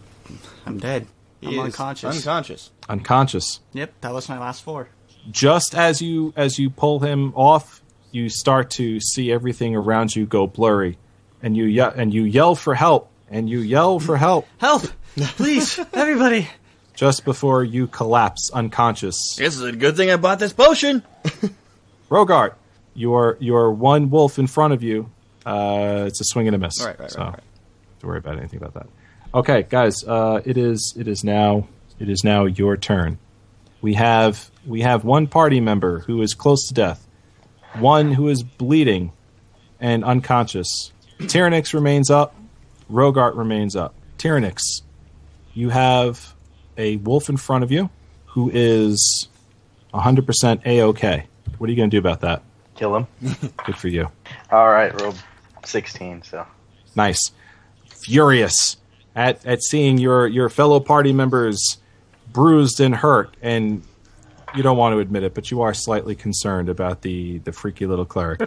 Speaker 7: I'm dead.
Speaker 9: He
Speaker 7: I'm
Speaker 9: is
Speaker 7: unconscious.
Speaker 9: Unconscious.
Speaker 4: Unconscious.
Speaker 7: yep, that was my last four.
Speaker 4: just as you as you pull him off, you start to see everything around you go blurry, and you ye- and you yell for help, and you yell for help
Speaker 7: Help! [LAUGHS] Please, everybody!
Speaker 4: just before you collapse unconscious.
Speaker 9: This is a good thing I bought this
Speaker 3: [LAUGHS]
Speaker 9: potion.
Speaker 4: Rogart, your your one wolf in front of you. Uh, it's a swing and a miss.
Speaker 9: All right, right, right,
Speaker 4: so
Speaker 9: right.
Speaker 4: Don't worry about anything about that. Okay, guys, uh, it is it is now it is now your turn. We have we have one party member who is close to death, one who is bleeding and unconscious. Tyrannix remains up. Rogart remains up. Tyrannix, you have a wolf in front of you who is 100% A-OK. What are you going to do about that?
Speaker 6: Kill him.
Speaker 4: Good for you.
Speaker 6: [LAUGHS] All right, roll 16, so.
Speaker 4: Nice. Furious at, at seeing your, your fellow party members bruised and hurt, and you don't want to admit it, but you are slightly concerned about the, the freaky little cleric.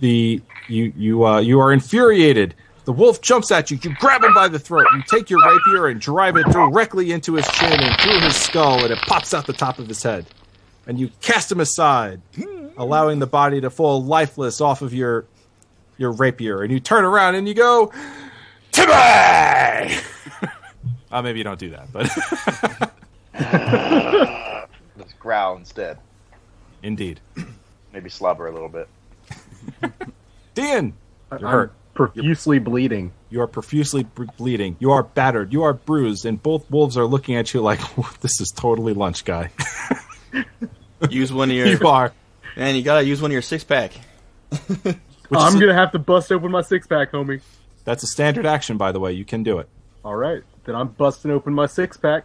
Speaker 4: the you you uh, you are infuriated. The wolf jumps at you. You grab him by the throat. You take your rapier and drive it directly into his chin and through his skull, and it pops out the top of his head. And you cast him aside, allowing the body to fall lifeless off of your your rapier and you turn around and you go, Timmy! [LAUGHS] uh, maybe you don't do that, but [LAUGHS]
Speaker 6: Let's growl instead.
Speaker 4: indeed.
Speaker 6: Maybe slobber a little bit.
Speaker 4: Dean,
Speaker 5: I'm
Speaker 4: hurt.
Speaker 5: profusely bleeding.
Speaker 4: you are profusely b- bleeding. You are battered. You are bruised. And both wolves are looking at you like, [LAUGHS] this is totally lunch, guy. [LAUGHS]
Speaker 9: Use one of your
Speaker 4: you are.
Speaker 9: man. You gotta use one of your six pack.
Speaker 4: Which
Speaker 5: I'm
Speaker 4: is-
Speaker 5: gonna have to bust open my six pack, homie.
Speaker 4: That's a standard action, by the way. You can do it.
Speaker 5: All right, then I'm busting open my six pack.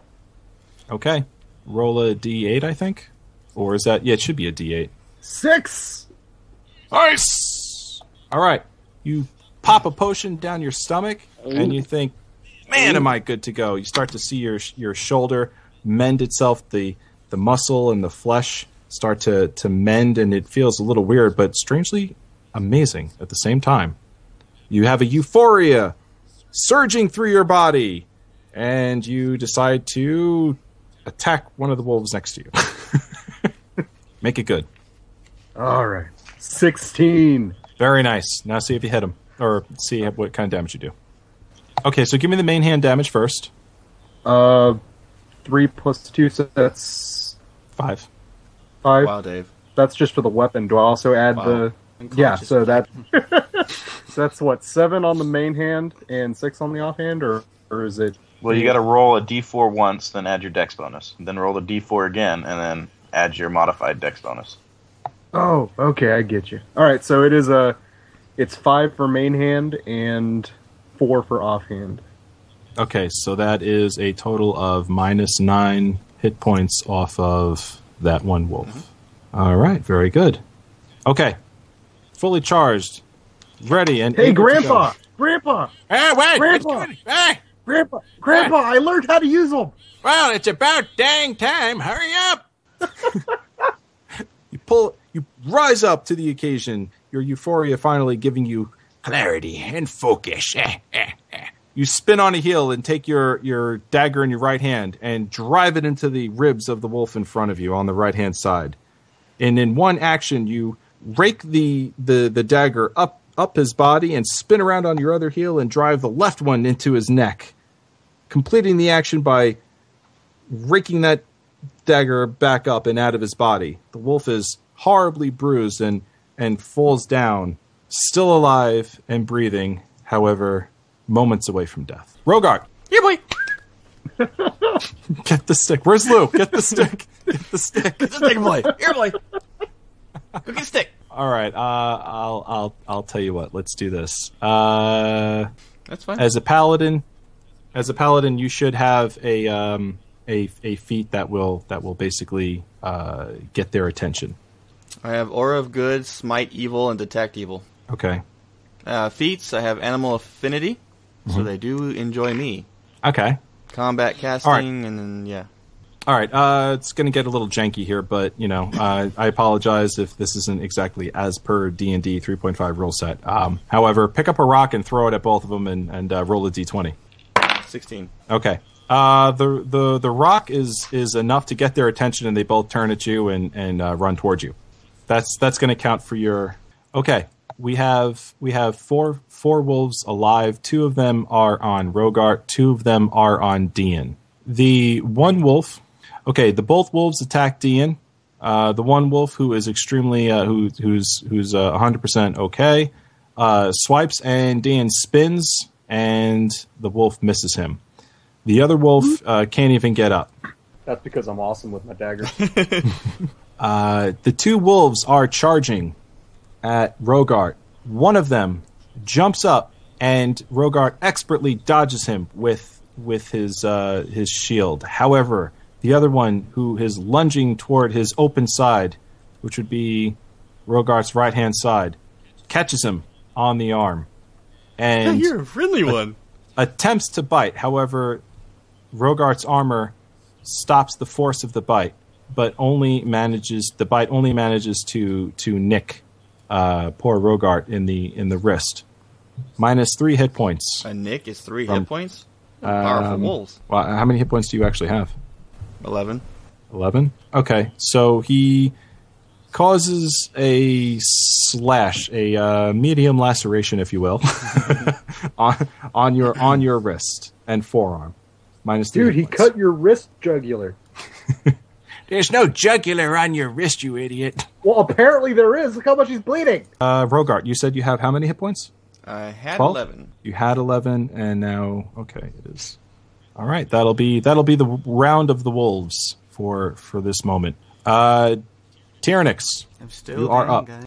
Speaker 4: Okay. Roll a d8, I think. Or is that? Yeah, it should be a d8.
Speaker 5: Six.
Speaker 4: Ice. All right, you pop a potion down your stomach, and you think, "Man, am I good to go?" You start to see your your shoulder mend itself, the the muscle and the flesh start to to mend, and it feels a little weird, but strangely amazing at the same time. You have a euphoria surging through your body, and you decide to attack one of the wolves next to you. [LAUGHS] Make it good.
Speaker 5: All right, sixteen.
Speaker 4: Very nice. Now see if you hit him, or see what kind of damage you do. Okay, so give me the main hand damage first.
Speaker 10: Uh, three plus two, so that's
Speaker 4: Five.
Speaker 10: five.
Speaker 3: Wow, Dave.
Speaker 10: That's just for the weapon. Do I also add
Speaker 3: Wow.
Speaker 10: the? Yeah, so that [LAUGHS] that's what seven on the main hand and six on the offhand, or or is it?
Speaker 6: Well, you got to roll a d4 once, then add your dex bonus. Then roll a d4 again, and then add your modified dex bonus.
Speaker 10: Oh, okay, I get you. All right, so it is a, it's five for main hand and four for offhand.
Speaker 4: Okay, so that is a total of minus nine hit points off of that one wolf. All right, very good. Okay, fully charged, ready, and
Speaker 10: Hey,
Speaker 4: able to go.
Speaker 10: Grandpa! Grandpa!
Speaker 2: Hey, wait!
Speaker 10: Grandpa!
Speaker 2: it's- Hey!
Speaker 10: Grandpa! Grandpa! I learned how to use them.
Speaker 2: Well, it's about dang time. Hurry up!
Speaker 4: [LAUGHS] You pull, you rise up to the occasion. Your euphoria finally giving you
Speaker 2: Clarity and focus. Eh, eh, eh.
Speaker 4: [LAUGHS] you spin on a heel and take your, your dagger in your right hand and drive it into the ribs of the wolf in front of you on the right hand side. And in one action, you rake the, the, the dagger up, up his body and spin around on your other heel and drive the left one into his neck, completing the action by raking that dagger back up and out of his body. The wolf is horribly bruised and, and falls down, still alive and breathing, however, moments away from death. Rogart,
Speaker 7: Yeah, boy.
Speaker 4: get the stick. Where's Lou? Get the stick. Get the stick.
Speaker 3: Stick boy. Ear boy. Go get a stick.
Speaker 4: All right. Uh, I'll I'll I'll tell you what. Let's do this. Uh,
Speaker 3: That's fine.
Speaker 4: as a paladin, as a paladin, you should have a um, a a feat that will that will basically uh, get their attention.
Speaker 3: I have Aura of Good, Smite Evil, and Detect Evil.
Speaker 4: Okay.
Speaker 3: Uh, feats, I have Animal Affinity,
Speaker 4: Mm-hmm.
Speaker 3: so they do enjoy me.
Speaker 4: Okay.
Speaker 3: Combat casting, and then, yeah.
Speaker 4: All right, uh, it's going to get a little janky here, but you know, uh, I apologize if this isn't exactly as per D and D 3.5 rule set. Um, however, pick up a rock and throw it at both of them, and, and uh, roll a d20.
Speaker 3: 16.
Speaker 4: Okay. Uh, the the the rock is is enough to get their attention, and they both turn at you and and uh, run towards you. That's that's going to count for your. Okay, we have we have four four wolves alive. Two of them are on Rogart. Two of them are on Dean. The one wolf. Okay, the both wolves attack Dean. Uh, the one wolf who is extremely uh, who who's who's uh, 100% okay uh, swipes and Dean spins and the wolf misses him. The other wolf uh, can't even get up.
Speaker 10: That's because I'm awesome with my dagger.
Speaker 4: Uh, the two wolves are charging at Rogart. One of them jumps up, and Rogart expertly dodges him with with his uh, his shield. However, the other one, who is lunging toward his open side, which would be Rogart's right hand side, catches him on the arm, and
Speaker 3: a friendly one.
Speaker 4: attempts to bite. However, Rogart's armor stops the force of the bite, but only manages the bite only manages to to nick uh, poor Rogart in the in the wrist. Minus three hit points.
Speaker 3: A nick is three
Speaker 4: Um,
Speaker 3: hit points. Powerful wolves.
Speaker 4: Wow, how many hit points do you actually have?
Speaker 3: 11.
Speaker 4: 11 okay so he causes a slash a uh, medium laceration if you will [LAUGHS] on, on your on your wrist and forearm minus three
Speaker 10: Dude,
Speaker 4: hit
Speaker 10: he
Speaker 4: points.
Speaker 10: cut your wrist jugular.
Speaker 2: There's no jugular on your wrist, you idiot.
Speaker 10: Well, apparently there is. Look how much he's bleeding.
Speaker 4: uh rogart you said you have how many hit points
Speaker 3: I had
Speaker 4: Twelve?
Speaker 3: 11.
Speaker 4: you had 11 and now okay it is all right that'll be that'll be the w- round of the wolves for for this moment uh tyrannix
Speaker 7: I'm still
Speaker 4: You are
Speaker 7: down,
Speaker 4: up.
Speaker 7: guys.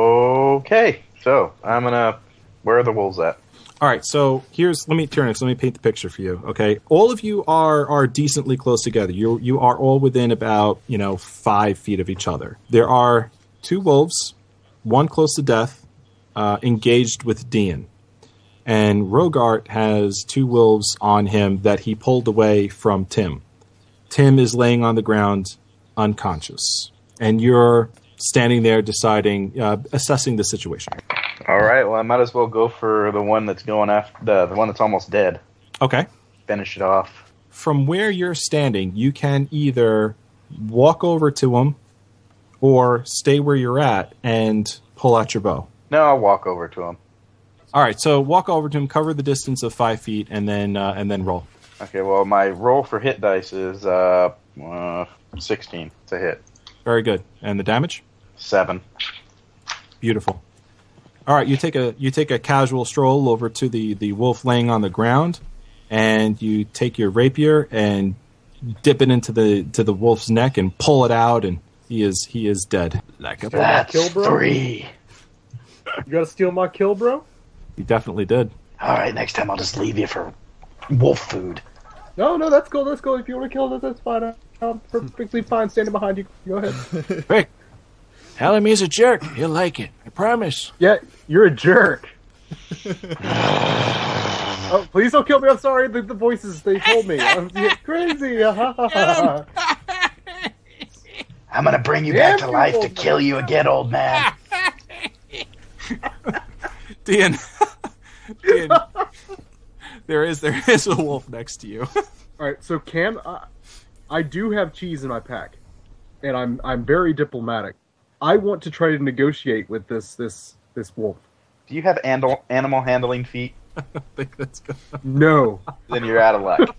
Speaker 6: Okay, so I'm gonna. Where are the wolves at?
Speaker 4: All right, so here's let me turn this. Let me paint the picture for you. Okay, all of you are are decently close together. You you are all within about you know five feet of each other. There are two wolves, one close to death, uh, engaged with Dean, and Rogart has two wolves on him that he pulled away from Tim. Tim is laying on the ground, unconscious, and you're standing there deciding, uh, assessing the situation.
Speaker 6: All right, well I might as well go for the one that's going after the, the one that's almost dead.
Speaker 4: Okay.
Speaker 6: Finish it off.
Speaker 4: from where you're standing, you can either walk over to him or stay where you're at and pull out your bow.
Speaker 6: No, I'll walk over to him.
Speaker 4: All right, so walk over to him, cover the distance of five feet, and then uh, and then roll.
Speaker 11: Okay, well, my roll for hit dice is uh, uh, 16 to hit.
Speaker 4: Very good. And the damage?
Speaker 11: Seven.
Speaker 4: Beautiful. All right, you take a you take a casual stroll over to the the wolf laying on the ground, and you take your rapier and dip it into the to the wolf's neck and pull it out, and he is he is dead. Like a
Speaker 11: That's
Speaker 5: kill, bro?
Speaker 11: three.
Speaker 5: You gotta steal my kill, bro?
Speaker 4: He definitely did.
Speaker 11: All right, next time I'll just leave you for wolf food.
Speaker 5: No, no, that's cool. That's cool. If you want to kill, that, that's fine. I'm- I'm perfectly fine standing behind you. Go ahead.
Speaker 2: Quick. Tell him he's a jerk. He'll like it. [LAUGHS] I promise.
Speaker 5: [LAUGHS] Yeah, you're a jerk. [LAUGHS] oh, please don't kill me. I'm sorry. The, the voices they told me. I'm [LAUGHS] yeah, crazy. Ah, ha, ha, ha.
Speaker 11: I'm gonna bring you
Speaker 5: Yeah,
Speaker 11: back to life to
Speaker 5: wolf.
Speaker 11: kill you again, old man.
Speaker 4: Dean, [LAUGHS] Dean there is there is a wolf next to you.
Speaker 5: All right. So can I? I do have cheese in my pack, and I'm I'm very diplomatic. I want to try to negotiate with this this this wolf.
Speaker 11: Do you have andal- animal handling feet?
Speaker 4: I think that's good.
Speaker 5: No.
Speaker 11: Then you're out of luck.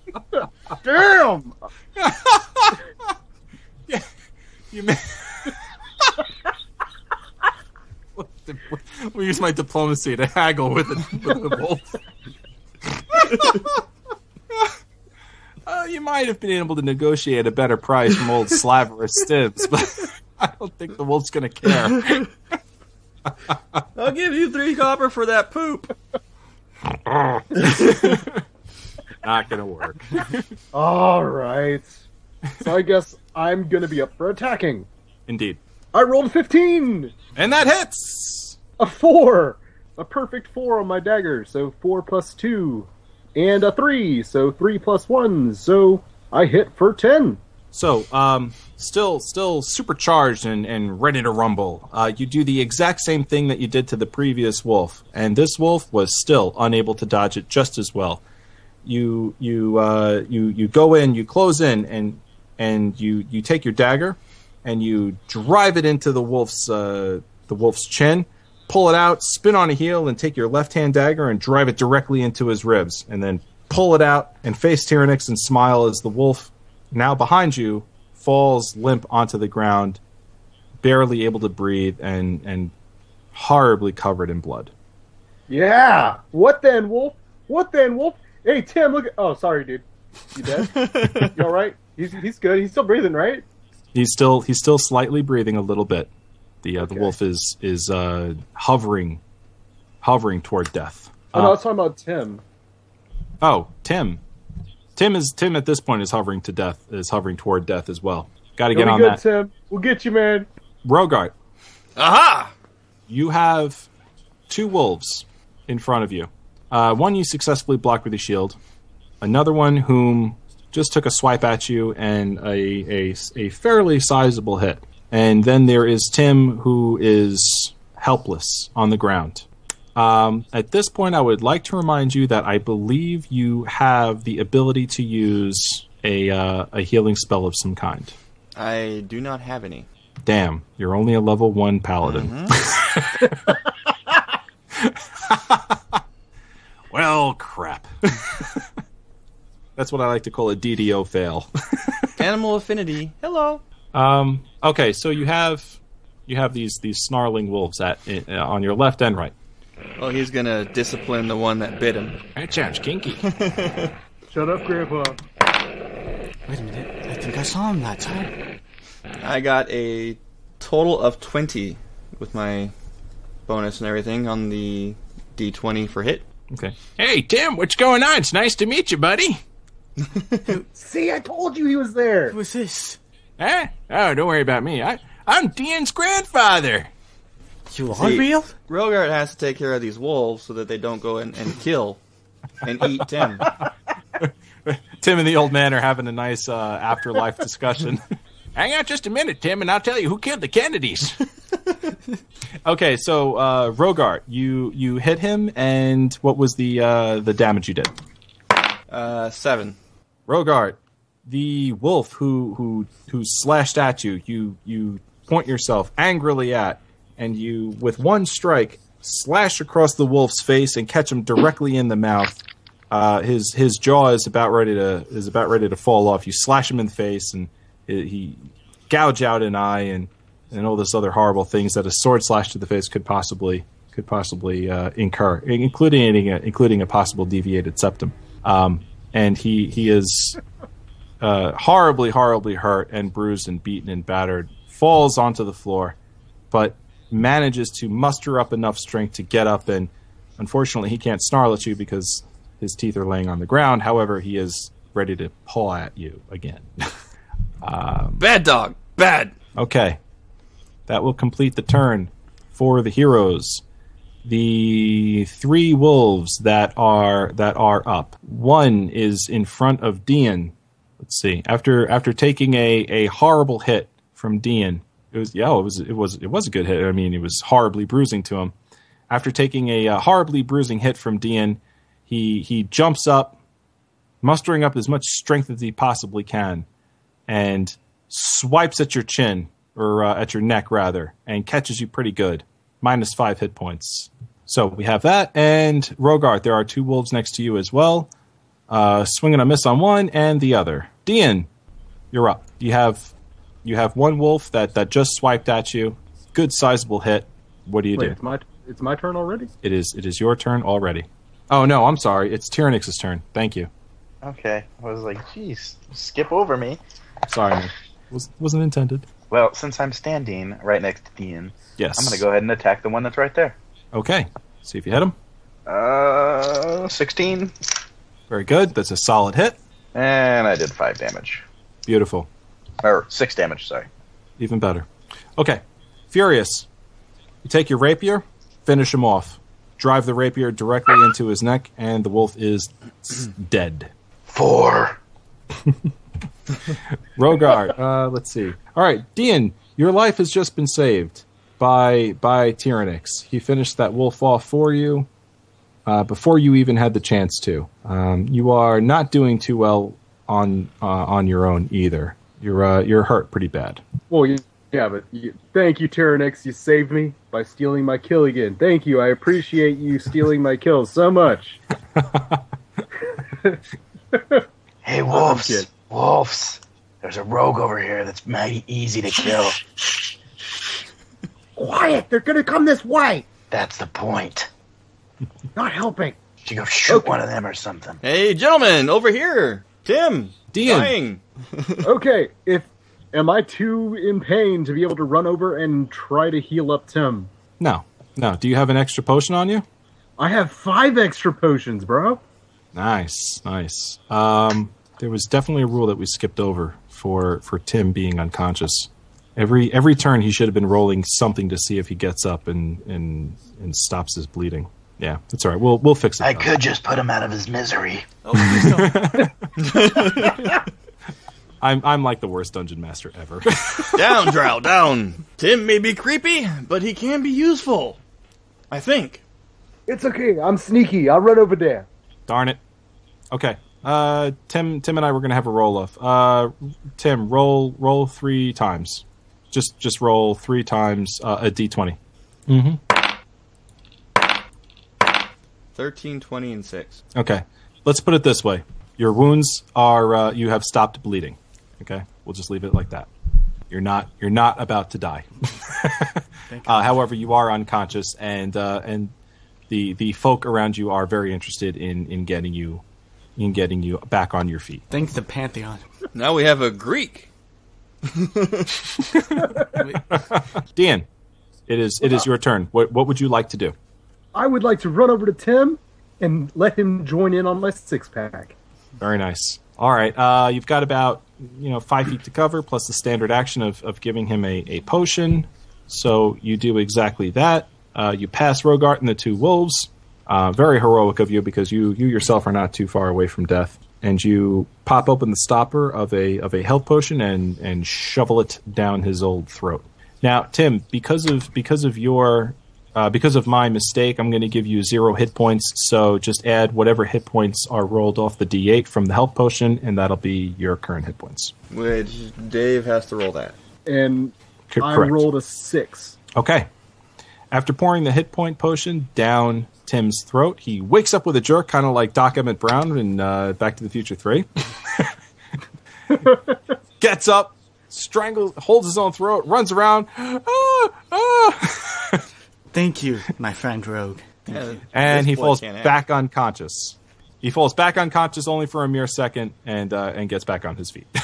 Speaker 5: Damn.
Speaker 4: You may. [LAUGHS] we use my diplomacy to haggle with the, with the wolf. [LAUGHS] uh, you might have been able to negotiate a better price from old Slaverous Stibs, but [LAUGHS] I don't think the wolf's going to care.
Speaker 3: [LAUGHS] I'll give you three copper for that poop.
Speaker 4: Not going to work.
Speaker 5: All right. So I guess I'm gonna be up for attacking.
Speaker 4: Indeed.
Speaker 5: I rolled 15.
Speaker 4: And that hits!
Speaker 5: a four, a perfect four on my dagger, so four plus two, and a three, so three plus one, so I hit for ten.
Speaker 4: So, um, still, still supercharged and, and ready to rumble. Uh, you do the exact same thing that you did to the previous wolf, and this wolf was still unable to dodge it just as well. You you uh, you you go in, you close in, and and you you take your dagger and you drive it into the wolf's uh, the wolf's chin, pull it out, spin on a heel, and take your left hand dagger and drive it directly into his ribs, and then pull it out and face Tyrannix and smile as the wolf now behind you falls limp onto the ground, barely able to breathe and and horribly covered in blood.
Speaker 5: Yeah. What then, Wolf? What then, Wolf? Hey, Tim, look. At- oh, sorry, dude. You dead?
Speaker 4: [LAUGHS]
Speaker 5: you all right? He's he's good. He's still breathing, right?
Speaker 4: He's still he's still slightly breathing a little bit. The uh, the
Speaker 5: Okay.
Speaker 4: wolf is is uh, hovering hovering toward death.
Speaker 5: Oh, no, I
Speaker 4: Uh,
Speaker 5: was talking about Tim.
Speaker 4: oh, Tim. Tim is Tim at this point is hovering to death is hovering toward death as well. Got to
Speaker 5: You'll
Speaker 4: get
Speaker 5: be
Speaker 4: on
Speaker 5: good,
Speaker 4: that.
Speaker 5: Tim. We'll get you, man.
Speaker 4: Rogart,
Speaker 12: Aha!
Speaker 4: you have two wolves in front of you. Uh, one you successfully blocked with your shield. Another one whom just took a swipe at you and a, a, a fairly sizable hit. And then there is Tim, who is helpless on the ground. Um, at this point, I would like to remind you that I believe you have the ability to use a, uh, a healing spell of some kind.
Speaker 3: I do not have any.
Speaker 4: Damn, you're only a level one paladin. Mm-hmm. [LAUGHS] well, crap. [LAUGHS] That's what I like to call a DDO fail.
Speaker 3: Animal affinity. Hello.
Speaker 4: Um, [LAUGHS] okay, so you have you have these these snarling wolves at uh, on your left and right.
Speaker 3: Oh, he's gonna discipline the one that bit him.
Speaker 2: That sounds kinky.
Speaker 5: Shut up, Grandpa.
Speaker 7: Wait a minute. I think I saw him that time.
Speaker 3: I got a total of twenty with my bonus and everything on the d20 for hit.
Speaker 4: Okay,
Speaker 2: hey, Tim, what's going on? It's nice to meet you, buddy.
Speaker 5: See, I told you he was there.
Speaker 7: Who is this?
Speaker 2: Huh? Oh, don't worry about me. I, I'm Dan's grandfather.
Speaker 7: You are
Speaker 3: See-
Speaker 7: real?
Speaker 3: Rogart has to take care of these wolves so that they don't go and, and kill and eat Tim.
Speaker 4: Tim and the old man are having a nice uh, afterlife discussion. [LAUGHS]
Speaker 2: Hang out just a minute, Tim, and I'll tell you who killed the Kennedys.
Speaker 4: [LAUGHS] okay, so uh, Rogart, you you hit him, and what was the uh, the damage you did?
Speaker 3: Uh, seven.
Speaker 4: Rogart, the wolf who who who slashed at you, you you point yourself angrily at, and you with one strike slash across the wolf's face and catch him directly in the mouth. Uh, his his jaw is about ready to is about ready to fall off. You slash him in the face, and he- he gouge out an eye, and and all this other horrible things that a sword slash to the face could possibly could possibly uh, incur, including a, including a possible deviated septum. Um, and he he is uh, horribly, horribly hurt and bruised and beaten and battered, falls onto the floor, but manages to muster up enough strength to get up. And unfortunately, he can't snarl at you because his teeth are laying on the ground. However, he is ready to paw at you again.
Speaker 9: Bad dog. Bad.
Speaker 4: Okay. That will complete the turn for the heroes. The three wolves that are that are up. One is in front of Dean. Let's see. After after taking a, a horrible hit from Dean, it was yeah, it was it was it was a good hit. I mean, it was horribly bruising to him. After taking a uh, horribly bruising hit from Dean, he he jumps up, mustering up as much strength as he possibly can, and swipes at your chin or uh, at your neck rather and catches you pretty good minus five hit points so we have that and rogart there are two wolves next to you as well uh, swinging a miss on one and the other dean you're up you have you have one wolf that that just swiped at you good sizable hit what do you
Speaker 5: Wait,
Speaker 4: do
Speaker 5: it's my it's my turn already.
Speaker 4: it is it is your turn already oh no i'm sorry it's tyrannix's turn thank you
Speaker 6: Okay. I was like, jeez, skip over me.
Speaker 4: sorry man. Was, wasn't intended
Speaker 6: Well, since I'm standing right next to Dean,
Speaker 4: yes
Speaker 6: I'm gonna go ahead and attack the one that's right there.
Speaker 4: okay see if you hit him
Speaker 6: Uh, 16,
Speaker 4: very good that's a solid hit
Speaker 6: and I did five damage
Speaker 4: beautiful
Speaker 6: or six damage. Sorry.
Speaker 4: Even better. Okay. Furious. You take your rapier, finish him off. Drive the rapier directly into his neck, and the wolf is [CLEARS THROAT] s- dead.
Speaker 6: Four.
Speaker 4: Rogard, [LAUGHS] uh, let's see. All right, Dean, your life has just been saved by by Tyrannix. He finished that wolf off for you uh, before you even had the chance to. Um, you are not doing too well on uh, on your own either. You're uh, you're hurt pretty bad.
Speaker 5: Well, you, yeah, but you, thank you, Terranix. You saved me by stealing my kill again. Thank you. I appreciate you stealing my kills so much.
Speaker 6: Hey, wolves!
Speaker 5: kid.
Speaker 6: Wolves! There's a rogue over here that's mighty easy to kill.
Speaker 5: Quiet! They're gonna come this way.
Speaker 6: That's the point.
Speaker 5: Not helping.
Speaker 6: You go shoot one of them or something.
Speaker 3: Hey, gentlemen, over here. Tim.
Speaker 4: Dean.
Speaker 3: Dying.
Speaker 5: Okay, if am I too in pain to be able to run over and try to heal up Tim?
Speaker 4: No, no. Do you have an extra potion on you?
Speaker 5: I have five extra potions, bro.
Speaker 4: Nice, nice. Um, there was definitely a rule that we skipped over for for Tim being unconscious. Every every turn he should have been rolling something to see if he gets up and and and stops his bleeding. Yeah, that's all right. We'll we'll fix it.
Speaker 6: I
Speaker 4: though.
Speaker 6: could just put him out of his misery.
Speaker 4: I'm I'm like the worst dungeon master ever. [LAUGHS]
Speaker 9: Down, Drow, down. Tim may be creepy, but he can be useful. I think.
Speaker 5: It's okay. I'm sneaky. I'll run over there.
Speaker 4: Darn it. Okay. Uh, Tim Tim and I were gonna have a roll off. Uh, Tim, roll roll three times. Just just roll three times uh, a d20.
Speaker 3: 13, 20, and 6.
Speaker 4: Okay. Let's put it this way: your wounds are uh, you have stopped bleeding. Okay, we'll just leave it like that. You're not you're not about to die. uh, however, you are unconscious, and uh, and the the folk around you are very interested in in getting you in getting you back on your feet.
Speaker 7: Thank the Pantheon.
Speaker 3: Now we have a Greek.
Speaker 4: Dan, it is it is your turn. What what would you like to do?
Speaker 5: I would like to run over to Tim and let him join in on my six pack.
Speaker 4: Very nice. All right. Uh, you've got about you know five feet to cover, plus the standard action of, of giving him a, a potion. So you do exactly that. Uh, you pass Rogart and the two wolves. Uh, very heroic of you because you you yourself are not too far away from death, and you pop open the stopper of a of a health potion and and shovel it down his old throat. Now, Tim, because of because of your uh, because of my mistake, I'm going to give you zero hit points. So just add whatever hit points are rolled off the d8 from the health potion, and that'll be your current hit points.
Speaker 3: Which Dave has to roll that.
Speaker 5: And
Speaker 4: C-
Speaker 5: I
Speaker 4: correct.
Speaker 5: rolled a six.
Speaker 4: Okay. After pouring the hit point potion down Tim's throat, he wakes up with a jerk, kind of like Doc Emmett Brown in uh, Back to the Future 3. [LAUGHS] Gets up, strangles, holds his own throat, runs around. Ah, ah,
Speaker 7: Thank you, my friend [LAUGHS] Rogue.
Speaker 4: and
Speaker 3: This
Speaker 4: he
Speaker 3: boy
Speaker 4: falls
Speaker 3: can't act.
Speaker 4: back unconscious. He falls back unconscious only for a mere second and, uh, and gets back on his feet. [LAUGHS]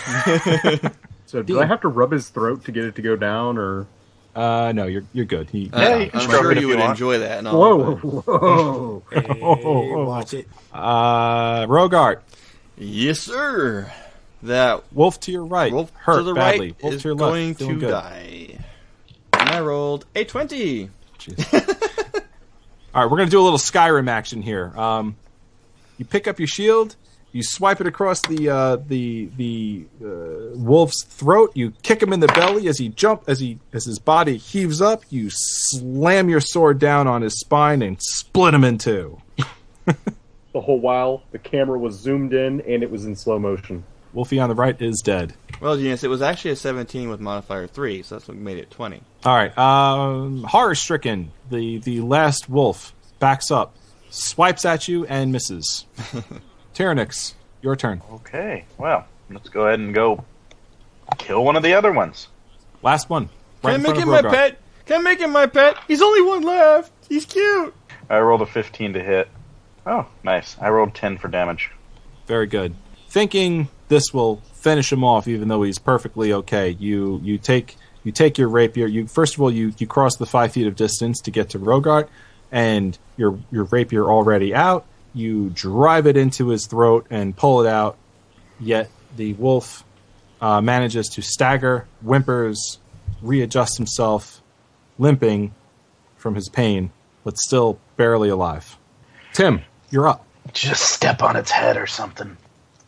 Speaker 10: So do I have to rub his throat to get it to go down, or
Speaker 4: uh, no, you're, you're good. He,
Speaker 3: Uh,
Speaker 6: you can
Speaker 3: I'm
Speaker 6: stroke
Speaker 3: sure
Speaker 6: it if
Speaker 3: you
Speaker 6: you
Speaker 3: would
Speaker 6: want.
Speaker 3: enjoy that. And
Speaker 10: whoa,
Speaker 3: all,
Speaker 10: whoa?
Speaker 7: Oh, Watch it.
Speaker 4: uh, Rogart,
Speaker 3: but- Yes, sir. That
Speaker 4: Wolf to your right.
Speaker 3: wolf
Speaker 4: hurt
Speaker 3: to the
Speaker 4: badly.
Speaker 3: right
Speaker 4: wolf
Speaker 3: is
Speaker 4: to your left.
Speaker 3: going
Speaker 4: doing
Speaker 3: to
Speaker 4: good.
Speaker 3: die. And I rolled a
Speaker 4: [LAUGHS]
Speaker 3: twenty.
Speaker 4: All right, we're going to do a little Skyrim action here. Um, you pick up your shield, you swipe it across the uh, the the uh, wolf's throat. You kick him in the belly as he jump as he as his body heaves up. You slam your sword down on his spine and split him in two.
Speaker 10: The whole while the camera was zoomed in and it was in slow motion.
Speaker 4: Wolfie on the right is dead.
Speaker 3: Well, genius. It was actually a seventeen with modifier three, so that's what made it twenty.
Speaker 4: All right, um, horror stricken. The the last wolf backs up, swipes at you and misses. [LAUGHS] Tyrannix, your turn.
Speaker 6: Okay, well, let's go ahead and go kill one of the other ones.
Speaker 4: Last one. Right in front
Speaker 3: Can I make
Speaker 4: of
Speaker 3: him my
Speaker 4: Rogar.
Speaker 3: pet? Can I make him my pet? He's only one left. He's cute.
Speaker 6: I rolled a 15 to hit. Oh, nice. I rolled 10 for damage.
Speaker 4: Very good. Thinking this will finish him off, even though he's perfectly okay. You you take you take your rapier. You first of all you you cross the five feet of distance to get to Rogart, and your your rapier already out. You drive it into his throat and pull it out. Yet the wolf uh, manages to stagger, whimpers, readjusts himself, limping from his pain, but still barely alive. Tim, you're up.
Speaker 6: Just step on its head or something.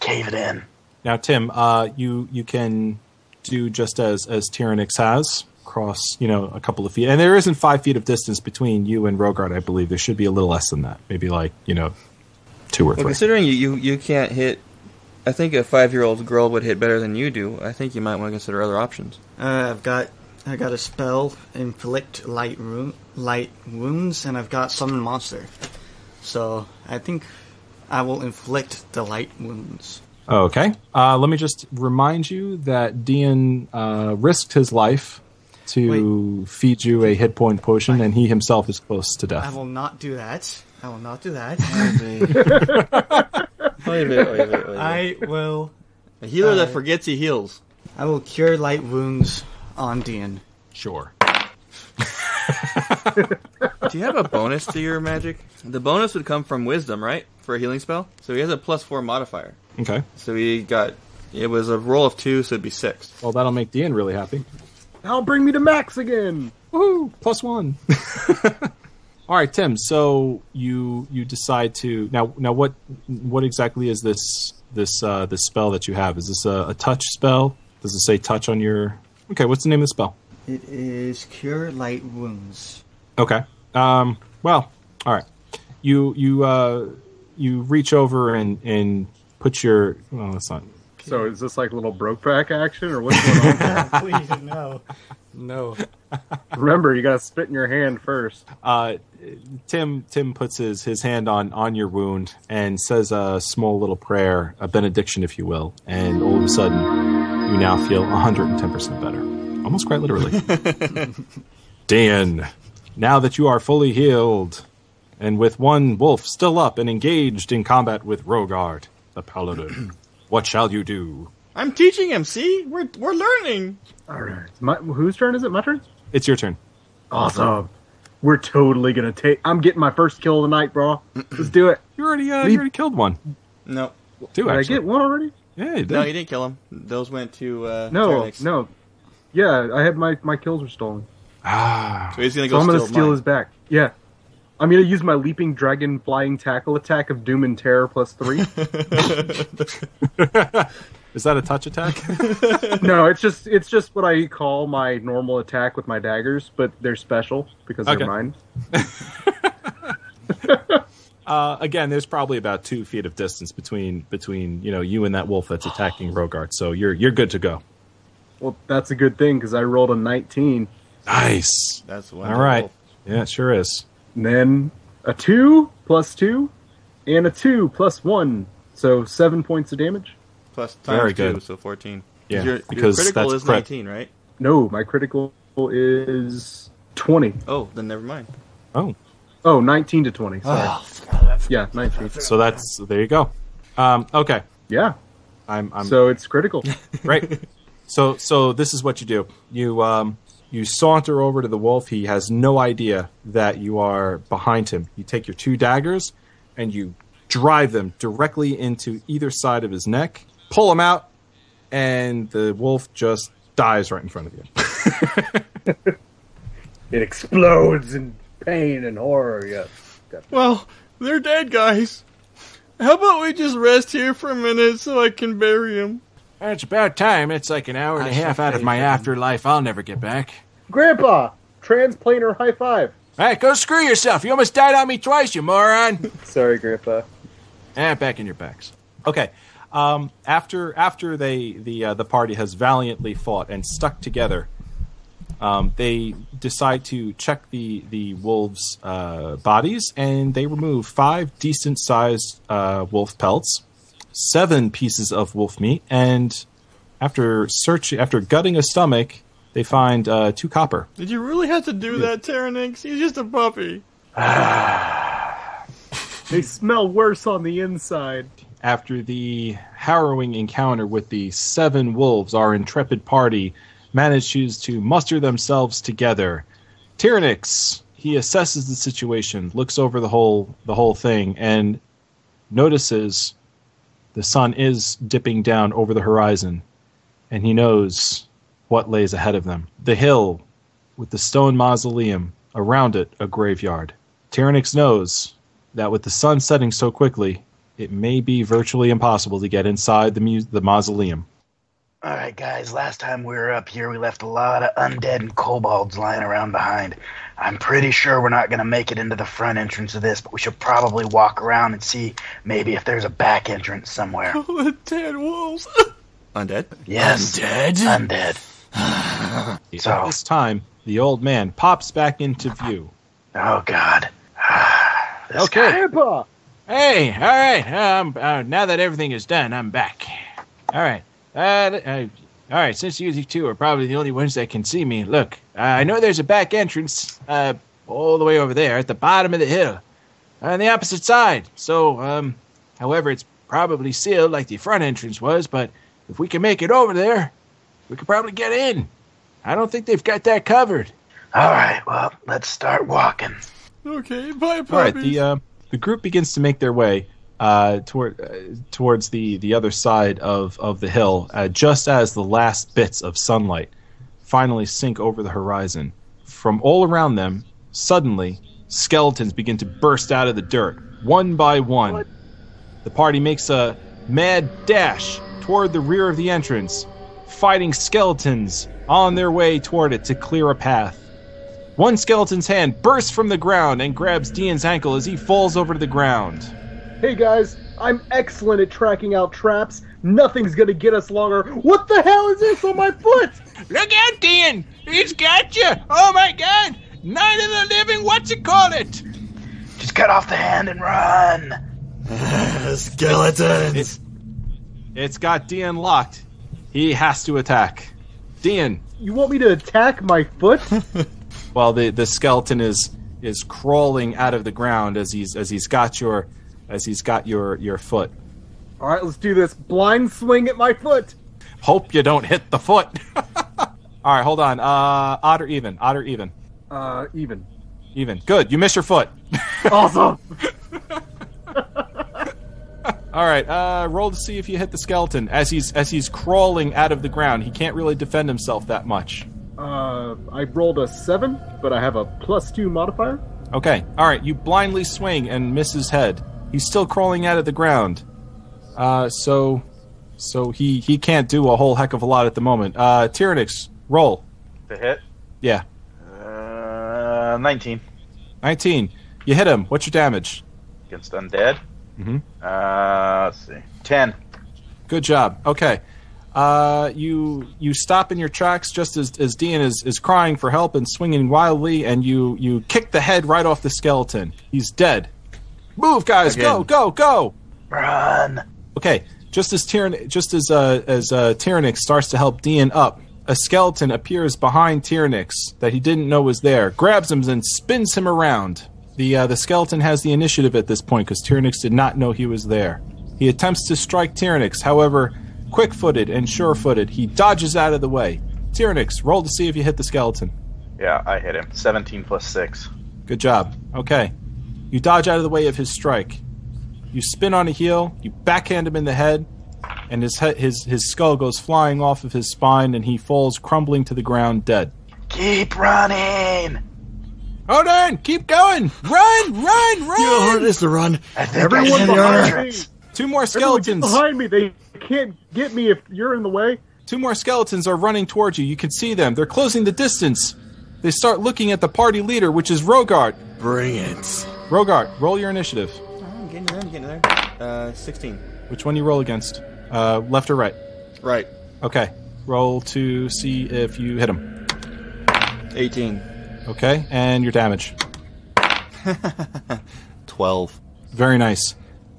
Speaker 6: Cave it in.
Speaker 4: Now, Tim, uh, you you can do just as as Tyrannix has cross, you know, a couple of feet, and there isn't five feet of distance between you and Rogard. I believe there should be a little less than that, maybe like you know, two or
Speaker 3: Well,
Speaker 4: three.
Speaker 3: considering you, you, you can't hit, I think a five year old girl would hit better than you do. I think you might want to consider other [LAUGHS] options.
Speaker 7: Uh, I've got I got a spell, inflict light ru- light wounds, and I've got summon monster. So I think I will inflict the light wounds.
Speaker 4: okay, uh, let me just remind you that Dean uh, risked his life to feed you a hit point potion, and he himself is close to
Speaker 7: I
Speaker 4: death.
Speaker 7: will not do that. I will not do that. [LAUGHS] I will.
Speaker 3: A healer that forgets he heals.
Speaker 7: I will cure light wounds on Dean.
Speaker 4: Sure.
Speaker 3: Do you have a bonus to your magic? The bonus would come from wisdom, right? For a healing spell? So he has a plus four modifier.
Speaker 4: Okay.
Speaker 3: So he got, it was a roll of two, so it'd be six.
Speaker 4: Well, that'll make Dean really happy.
Speaker 10: Now bring me to Max again.
Speaker 4: Woohoo! Plus one. [LAUGHS] All right, Tim. So you you decide to now now what what exactly is this this uh, this spell that you have? Is this a, a touch spell? Does it say touch on your? Okay, what's the name of the spell?
Speaker 7: It is cure light wounds.
Speaker 4: Okay. Um, well, all right. You you uh, you reach over and and put your well, that's not
Speaker 10: So is this like little Brokeback action, or what's going on?
Speaker 7: [LAUGHS] Please no, no. [LAUGHS]
Speaker 10: Remember, you gotta spit in your hand first.
Speaker 4: uh, Tim Tim puts his, his hand on, on your wound and says a small little prayer, a benediction, if you will, and all of a sudden you now feel 110% better. Almost quite literally.
Speaker 10: [LAUGHS]
Speaker 4: Dan, now that you are fully healed and with one wolf still up and engaged in combat with Rogard,
Speaker 10: [CLEARS THROAT]
Speaker 4: the paladin, what shall you do?
Speaker 3: I'm teaching him, see? We're, we're learning.
Speaker 10: All right, it's my, whose turn is it? My turn.
Speaker 4: It's your turn.
Speaker 10: Awesome. We're totally gonna take. I'm getting my first kill of the night, bro. Let's do it.
Speaker 4: You already, uh, you already killed one.
Speaker 3: No.
Speaker 4: Two,
Speaker 10: Did I
Speaker 4: actually.
Speaker 10: get one already?
Speaker 4: yeah, you did.
Speaker 3: No, you didn't kill him. Those went to, uh,
Speaker 10: No,
Speaker 3: Tyrannix.
Speaker 10: no. Yeah, I had my my kills were stolen,
Speaker 4: Ah,
Speaker 3: So he's gonna
Speaker 10: so
Speaker 3: go
Speaker 10: I'm gonna
Speaker 3: steal
Speaker 10: steal
Speaker 3: mine.
Speaker 10: his back. Yeah, I'm gonna use my leaping dragon flying tackle attack of doom and terror plus three.
Speaker 4: is that a touch attack?
Speaker 10: no, it's just it's just what I call my normal attack with my daggers, but they're special because
Speaker 4: Okay.
Speaker 10: they're mine.
Speaker 4: Uh, again, there's probably about two feet of distance between between you know you and that wolf that's attacking Rogart, so you're you're good to go.
Speaker 10: Well, that's a good thing because I rolled a 19.
Speaker 4: Nice.
Speaker 3: That's one.
Speaker 4: All right, Yeah, it sure is.
Speaker 5: And then a 2 plus 2 and a 2 plus 1. So 7 points of damage.
Speaker 3: Plus times
Speaker 4: Very
Speaker 3: two,
Speaker 4: good.
Speaker 3: so fourteen. 'Cause
Speaker 4: Yeah,
Speaker 3: your,
Speaker 4: because
Speaker 3: your critical
Speaker 4: that's
Speaker 3: is
Speaker 4: prep.
Speaker 3: nineteen, right?
Speaker 5: No, my critical is 20.
Speaker 3: Oh, then never mind.
Speaker 4: Oh,
Speaker 5: Oh, 19 to 20. Sorry. yeah, 19.
Speaker 4: so that's there you go. Um, okay,
Speaker 5: Yeah.
Speaker 4: I'm I'm
Speaker 5: So it's critical.
Speaker 4: right. So so this is what you do. You um you saunter over to the wolf. He has no idea that you are behind him. You take your two daggers and you drive them directly into either side of his neck. Pull him out, and the wolf just dies right in front of you.
Speaker 10: It explodes in pain and horror. Yes.
Speaker 9: Well, they're dead, guys. How about we just rest here for a minute so I can bury him?
Speaker 2: It's about time. It's like an hour and a half out of my afterlife. I'll never get back.
Speaker 5: Grandpa, transplanar high five.
Speaker 2: All right, go screw yourself. You almost died on me twice, you moron.
Speaker 5: Sorry, Grandpa.
Speaker 4: Eh,
Speaker 2: ah, back in your backs.
Speaker 4: Okay. Um, after after they the uh, the party has valiantly fought and stuck together, um, they decide to check the the wolves' uh, bodies and they remove five decent sized uh, wolf pelts, seven pieces of wolf meat, and after searching after gutting a stomach, they find uh, two copper.
Speaker 9: Did you really have to do that, Terranix? He's just a puppy.
Speaker 5: They smell worse on the inside.
Speaker 4: after the harrowing encounter with the seven wolves, our intrepid party manages to muster themselves together. Tyrannix, he assesses the situation, looks over the whole the whole thing, and notices the sun is dipping down over the horizon, and he knows what lays ahead of them. The hill with the stone mausoleum, around it a graveyard. Tyrannix knows that with the sun setting so quickly, it may be virtually impossible to get inside the mu- the mausoleum.
Speaker 6: All right, guys. Last time we were up here, we left a lot of undead and kobolds lying around behind. I'm pretty sure we're not going to make it into the front entrance of this, but we should probably walk around and see maybe if there's a back
Speaker 5: [LAUGHS]
Speaker 6: entrance somewhere.
Speaker 9: Oh, the dead wolves.
Speaker 3: Undead.
Speaker 6: Yes,
Speaker 9: Dead?
Speaker 6: undead.
Speaker 4: At
Speaker 6: So,
Speaker 4: this time, the old man pops back into view.
Speaker 6: oh god. [SIGHS] This
Speaker 2: Okay.
Speaker 6: guy-
Speaker 5: Grandpa!
Speaker 2: Hey, all right. Um, uh, now that everything is done, I'm back. All right. Uh, th- uh, all right. Since you two are probably the only ones that can see me, look, uh, I know there's a back entrance uh, all the way over there at the bottom of the hill, uh, on the opposite side. So, um, however, it's probably sealed like the front entrance was. But if we can make it over there, we could probably get in. I don't think they've got that covered.
Speaker 6: All right. Well, let's start walking.
Speaker 9: Okay, bye,
Speaker 4: All right,
Speaker 9: puppies.
Speaker 4: the uh, the group begins to make their way uh, toward uh, towards the the other side of of the hill, uh, just as the last bits of sunlight finally sink over the horizon. From all around them, suddenly skeletons begin to burst out of the dirt, one by one. The party makes a mad dash toward the rear of the entrance, fighting skeletons on their way toward it to clear a path. One skeleton's hand bursts from the ground and grabs Dean's ankle as he falls over to the ground.
Speaker 5: Hey guys, I'm excellent at tracking out traps. Nothing's gonna get us longer. What the hell is this on my foot?
Speaker 2: Look out, Dean! He's got you! Oh my God! Nine of the living. What's it called? It.
Speaker 6: Just cut off the hand and run.
Speaker 9: skeletons.
Speaker 4: It's it's got Dean locked. He has to attack. Dean,
Speaker 5: You want me to attack my foot?
Speaker 4: while the, the skeleton is is crawling out of the ground as he's as he's got your as he's got your your foot.
Speaker 5: Alright, let's do this. Blind swing at my foot.
Speaker 4: Hope you don't hit the foot. [LAUGHS] All right, hold on. Uh, odd or even? Odd or even?
Speaker 5: Uh, even.
Speaker 4: Even. Good. You miss your foot.
Speaker 5: Awesome!
Speaker 4: All right, uh, roll to see if you hit the skeleton as he's as he's crawling out of the ground. He can't really defend himself that much.
Speaker 5: Uh, I rolled a 7, but I have a plus 2 modifier.
Speaker 4: Okay, all right, you blindly swing and miss his head. He's still crawling out of the ground. Uh, so, so he he can't do a whole heck of a lot at the moment. Uh, Tyrannix, roll.
Speaker 6: To hit.
Speaker 4: Yeah,
Speaker 6: Uh, 19
Speaker 4: nineteen. You hit him. What's your damage?
Speaker 6: against undead.
Speaker 4: Mhm.
Speaker 6: Uh, let's see. 10.
Speaker 4: Good job. Okay. Uh, you you stop in your tracks just as, as Dean is, is crying for help and swinging wildly, and you, you kick the head right off the skeleton. He's dead. Move, guys! Go,
Speaker 3: Again.
Speaker 4: go, go!
Speaker 6: Run.
Speaker 4: Okay, just as Tyrann- just as uh, as uh, Tyrannix starts to help Dean up, a skeleton appears behind Tyrannix that he didn't know was there, grabs him and spins him around. The uh, the skeleton has the initiative at this point because Tyrannix did not know he was there. He attempts to strike Tyrannix, however, quick-footed and sure-footed, he dodges out of the way. Tyrannix, roll to see if you hit the skeleton.
Speaker 6: Yeah, I hit him. 17 plus 6.
Speaker 4: Good job. Okay. You dodge out of the way of his strike. You spin on a heel, you backhand him in the head, and his head, his his skull goes flying off of his spine and he falls crumbling to the ground dead.
Speaker 6: Keep running.
Speaker 4: Hold on, keep going. Run, run, run.
Speaker 3: is the run.
Speaker 6: I think
Speaker 5: Everyone
Speaker 6: I hit
Speaker 5: behind me.
Speaker 6: [LAUGHS] entrance.
Speaker 4: Two more
Speaker 5: Everyone get
Speaker 4: skeletons.
Speaker 5: behind me. They can't get me if you're in the way.
Speaker 4: Two more skeletons are running towards you. You can see them. They're closing the distance. They start looking at the party leader, which is Rogart.
Speaker 3: Bring it.
Speaker 4: Rogart, roll your initiative.
Speaker 3: Oh, I'm getting there. I'm getting there. Uh, 16.
Speaker 4: Which one you roll against? Uh, left or right?
Speaker 3: Right.
Speaker 4: Okay. Roll to see if you hit him.
Speaker 3: 18.
Speaker 4: Okay, and your damage.
Speaker 3: 12.
Speaker 4: Very nice.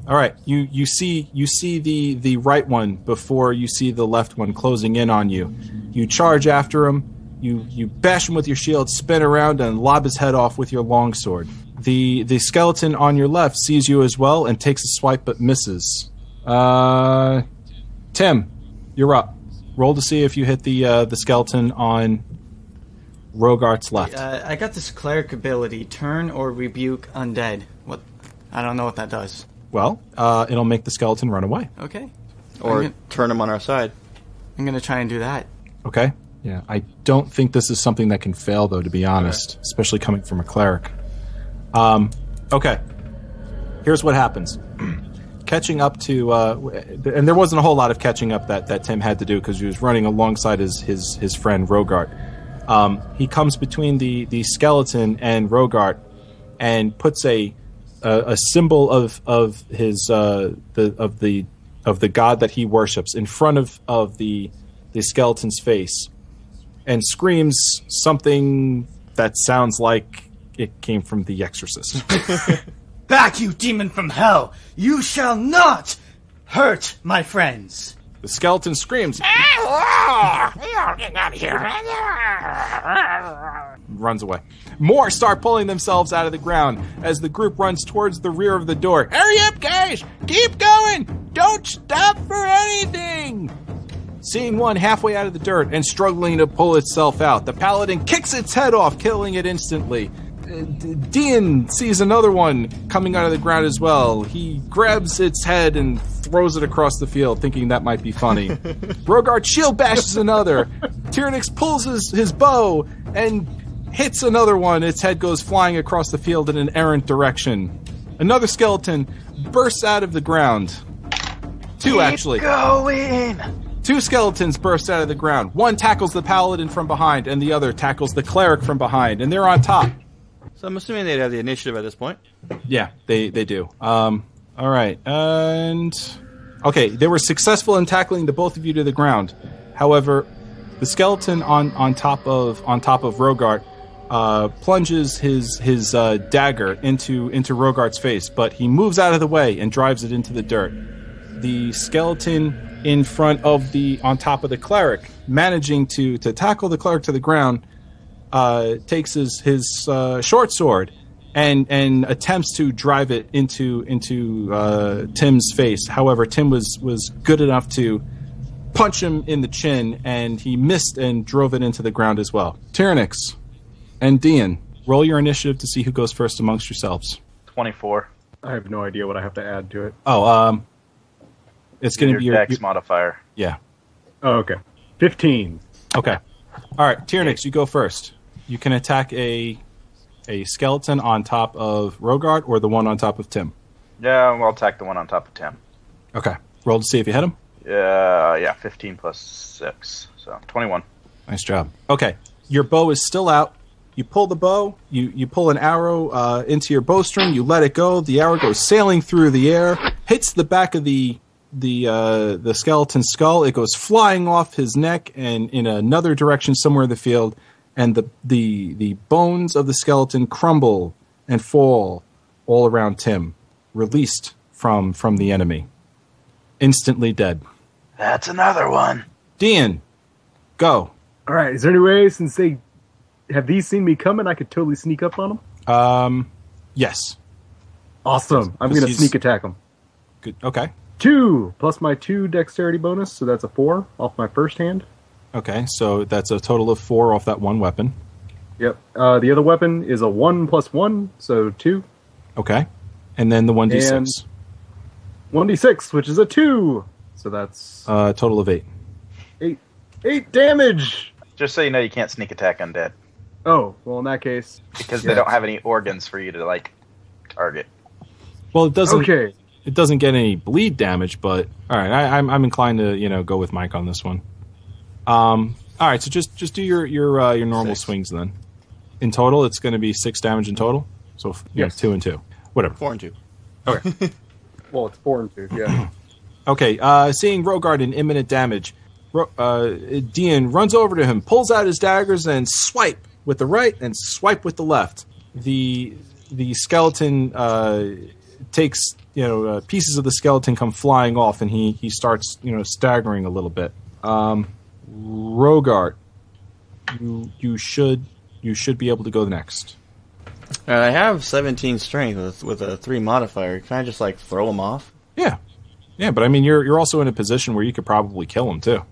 Speaker 4: All right, you you see you see the the right one before you see the left one closing in on you. You charge after him. You you bash him with your shield, spin around, and lob his head off with your longsword. The the skeleton on your left sees you as well and takes a swipe but misses. Uh, Tim, you're up. Roll to see if you hit the uh, the skeleton on Rogart's left.
Speaker 7: Uh, I got this cleric ability: turn or rebuke undead. What? I don't know what that does.
Speaker 4: Well, uh, it'll make the skeleton run away.
Speaker 7: Okay,
Speaker 3: Or
Speaker 7: I'm gonna-
Speaker 3: turn him on our side.
Speaker 7: I'm gonna try and do that.
Speaker 4: Okay. Yeah, I don't think this is something that can fail, though, to be honest, especially coming from a cleric. Um, okay. Here's what happens. [CLEARS THROAT] catching up to, uh, w- and there wasn't a whole lot of catching up that, that Tim had to do because he was running alongside his, his, his friend Rogart. Um, he comes between the, the skeleton and Rogart and puts a a, a symbol of of his uh, the of the of the god that he worships in front of of the the skeleton's face, and screams something that sounds like it came from The Exorcist. [LAUGHS]
Speaker 7: Back, you demon from hell! You shall not hurt my friends.
Speaker 4: the skeleton screams, runs away. More start pulling themselves out of the ground as the group runs towards the rear of the door. Hurry up, guys! Keep going! Don't stop for anything! Seeing one halfway out of the dirt and struggling to pull itself out, the paladin kicks its head off, killing it instantly. Uh, D- Dean sees another one coming out of the ground as well. He grabs its head and throws it across the field, thinking that might be funny. Rogard shield bashes another. Tyrannix pulls his, his bow and hits another one. Its head goes flying across the field in an errant direction. Another skeleton bursts out of the ground. Two, actually.
Speaker 6: Going.
Speaker 4: Two skeletons burst out of the ground. One tackles the paladin from behind, and the other tackles the cleric from behind, and they're on top.
Speaker 3: So I'm assuming they'd have the initiative at this point.
Speaker 4: Yeah, they they do. Um, all right, and okay, they were successful in tackling the both of you to the ground. However, the skeleton on on top of on top of Rogart uh, plunges his his uh, dagger into into Rogart's face, but he moves out of the way and drives it into the dirt. The skeleton in front of the on top of the cleric, managing to to tackle the cleric to the ground, uh, takes his his uh, short sword and and attempts to drive it into into uh, Tim's face. However, Tim was was good enough to punch him in the chin, and he missed and drove it into the ground as well. Tyrannix and Dean, roll your initiative to see who goes first amongst yourselves.
Speaker 6: 24.
Speaker 5: I have no idea what I have to add to it.
Speaker 4: Oh, um, it's going to
Speaker 6: Your,
Speaker 4: be your,
Speaker 6: dex
Speaker 4: your-
Speaker 6: modifier.
Speaker 4: yeah.
Speaker 5: Oh, okay. 15.
Speaker 4: Okay. All right, Tyrannix, you go first. You can attack a a skeleton on top of Rogard or the one on top of Tim.
Speaker 6: Yeah, well, I'll attack the one on top of 10.
Speaker 4: Okay. Roll to see if you hit him.
Speaker 6: Yeah, yeah, 15 plus 6. So 21.
Speaker 4: Nice job. Okay, your bow is still out. You pull the bow. You you pull an arrow uh, into your bowstring. You let it go. The arrow goes sailing through the air, hits the back of the the uh, the skeleton skull. It goes flying off his neck and in another direction somewhere in the field, and the the the bones of the skeleton crumble and fall all around Tim, released from from the enemy. Instantly dead.
Speaker 6: That's another one.
Speaker 4: Dean, go.
Speaker 5: All right, is there any way since they have these seen me coming, I could totally sneak up on them?
Speaker 4: Um, yes.
Speaker 5: Awesome.
Speaker 4: Because
Speaker 5: I'm going to
Speaker 4: he's-
Speaker 5: sneak attack them.
Speaker 4: Good. Okay.
Speaker 5: Two plus my two dexterity bonus, so that's a four off my first hand.
Speaker 4: Okay. So that's a total of four off that one weapon.
Speaker 5: Yep. Uh, the other weapon is a one plus one, so two.
Speaker 4: Okay. And then the one d six.
Speaker 5: 1d6, which is a two. So that's
Speaker 4: Uh, total of eight.
Speaker 5: eight damage.
Speaker 3: Just so you know, you can't sneak attack undead
Speaker 5: Oh, well, in that case.
Speaker 3: because
Speaker 4: Yeah.
Speaker 3: they don't have any organs for you to like target.
Speaker 4: Well, it doesn't.
Speaker 5: Okay.
Speaker 4: It doesn't get any bleed damage, but all right. I, I'm I'm inclined to you know go with Mike on this one. Um. All right. So just just do your your uh, your normal
Speaker 3: Six.
Speaker 4: swings then. In total, it's going to be six damage in total. So f- yeah,
Speaker 5: Yes.
Speaker 4: two and two, whatever.
Speaker 9: Four and two.
Speaker 5: Well, it's four and two, yeah.
Speaker 4: Okay, uh, seeing Rogard in imminent damage, Ro- uh, Dean runs over to him, pulls out his daggers, and swipe with the right and swipe with the left. The the skeleton uh, takes you know uh, pieces of the skeleton come flying off, and he he starts you know staggering a little bit. Um, Rogard, you you should you should be able to go next.
Speaker 3: And Uh, I have 17 strength with, with a three modifier. Can I just like throw them off?
Speaker 4: Yeah, yeah, but I mean you're you're also in a position where you could probably kill him too.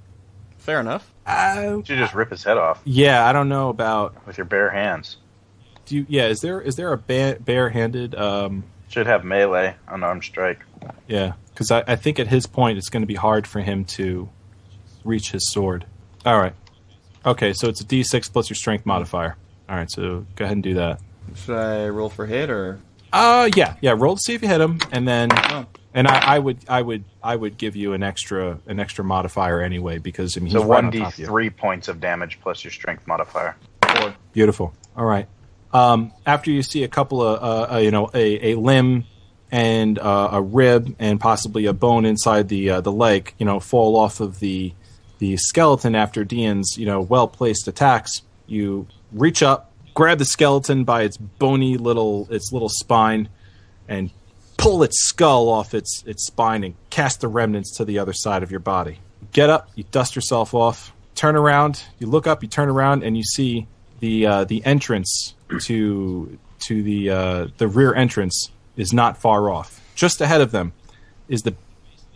Speaker 3: Fair enough.
Speaker 4: Uh,
Speaker 11: You just rip his head off
Speaker 4: yeah, I don't know about
Speaker 11: with your bare hands.
Speaker 4: Do you, yeah, is there is there a ba- barehanded? Um,
Speaker 11: Should have melee, unarmed strike.
Speaker 4: yeah, because I, I think at his point it's going to be hard for him to reach his sword. All right, okay, so it's a D6 plus your strength modifier. All right, so go ahead and do that.
Speaker 3: Should I roll for hit or?
Speaker 4: Uh, yeah, yeah. Roll to see if you hit him, and then
Speaker 3: Oh.
Speaker 4: and I, I would I would I would give you an extra an extra modifier anyway because I mean
Speaker 11: So
Speaker 4: he's right
Speaker 11: one
Speaker 4: on
Speaker 11: d
Speaker 4: top of you.
Speaker 11: three points of damage plus your strength modifier.
Speaker 4: Beautiful. All right. Um, after you see a couple of, uh, uh, you know, a, a limb and uh, a rib and possibly a bone inside the uh, the leg, you know, fall off of the the skeleton after Dean's, you know, well placed attacks, you reach up, grab the skeleton by its bony little its little spine, and pull its skull off its its spine and cast the remnants to the other side of your body. Get up, you dust yourself off, turn around, you look up, you turn around, and you see the uh, the entrance to to the uh, the rear entrance is not far off. Just ahead of them is the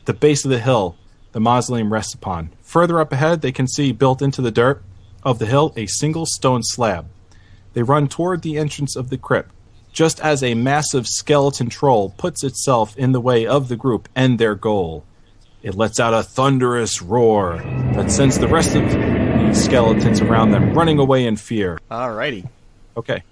Speaker 4: the base of the hill the mausoleum rests upon. Further up ahead, they can see built into the dirt of the hill a single stone slab. They run toward the entrance of the crypt, just as a massive skeleton troll puts itself in the way of the group and their goal. It lets out a thunderous roar that sends the rest of the skeletons around them running away in fear.
Speaker 3: Alrighty.
Speaker 4: Okay.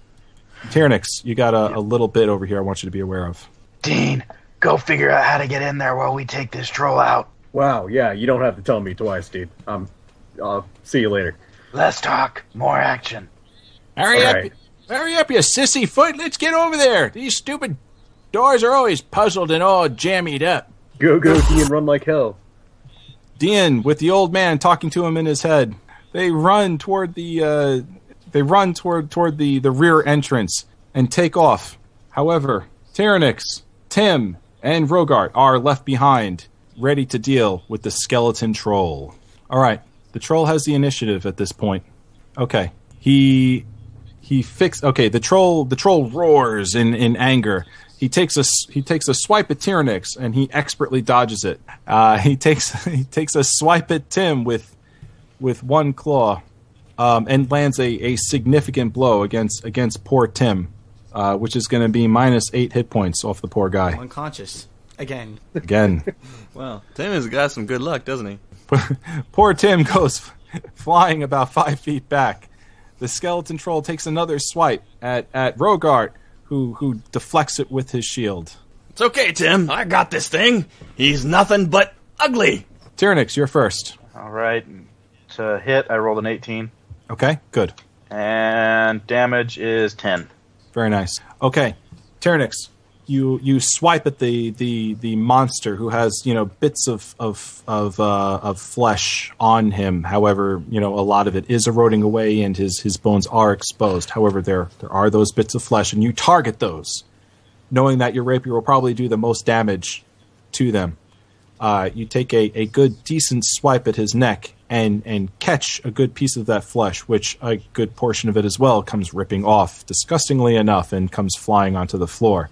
Speaker 4: Tyrannix, you got a, a little bit over here I want you to be aware of.
Speaker 6: Dean, go figure out how to get in there while we take this troll out.
Speaker 5: Wow, yeah, you don't have to tell me twice, dude. Um, I'll see you later.
Speaker 6: Less talk, more action.
Speaker 2: Hurry
Speaker 5: All
Speaker 2: up.
Speaker 5: right.
Speaker 2: Hurry up, you sissy foot. Let's get over there. These stupid doors are always puzzled and all jammied up.
Speaker 5: Go, go, D, and run like hell.
Speaker 4: Dean with the old man talking to him in his head. They run toward the uh, they run toward toward the, the rear entrance and take off. However, Tyrannix, Tim, and Rogart are left behind, ready to deal with the skeleton troll. All right, the troll has the initiative at this point. Okay, he he fix okay the troll the troll roars in in anger he takes a s- he takes a swipe at Tyrannix and he expertly dodges it uh, [LAUGHS] he takes he takes a swipe at Tim with with one claw um, and lands a, a significant blow against against poor Tim uh, which is going to be minus 8 hit points off the poor guy
Speaker 7: unconscious again.
Speaker 4: again
Speaker 3: Wow. Tim has got some good luck, doesn't he?
Speaker 4: Poor Tim goes [LAUGHS] flying about five feet back. The skeleton troll takes another swipe at, at Rogart, who, who deflects it with his shield.
Speaker 3: It's okay, Tim. I got this thing. He's nothing but ugly.
Speaker 4: Tyrannix, you're first.
Speaker 11: All right, to hit, I rolled an eighteen,
Speaker 4: Okay, good.
Speaker 11: and damage is ten.
Speaker 4: Very nice. Okay, Tyrannix, you you swipe at the the the monster who has you know bits of of of uh, of flesh on him. However, you know a lot of it is eroding away, and his his bones are exposed. However, there there are those bits of flesh, and you target those, knowing that your rapier will probably do the most damage to them. Uh, you take a, a good decent swipe at his neck and and catch a good piece of that flesh, which a good portion of it as well comes ripping off, disgustingly enough, and comes flying onto the floor.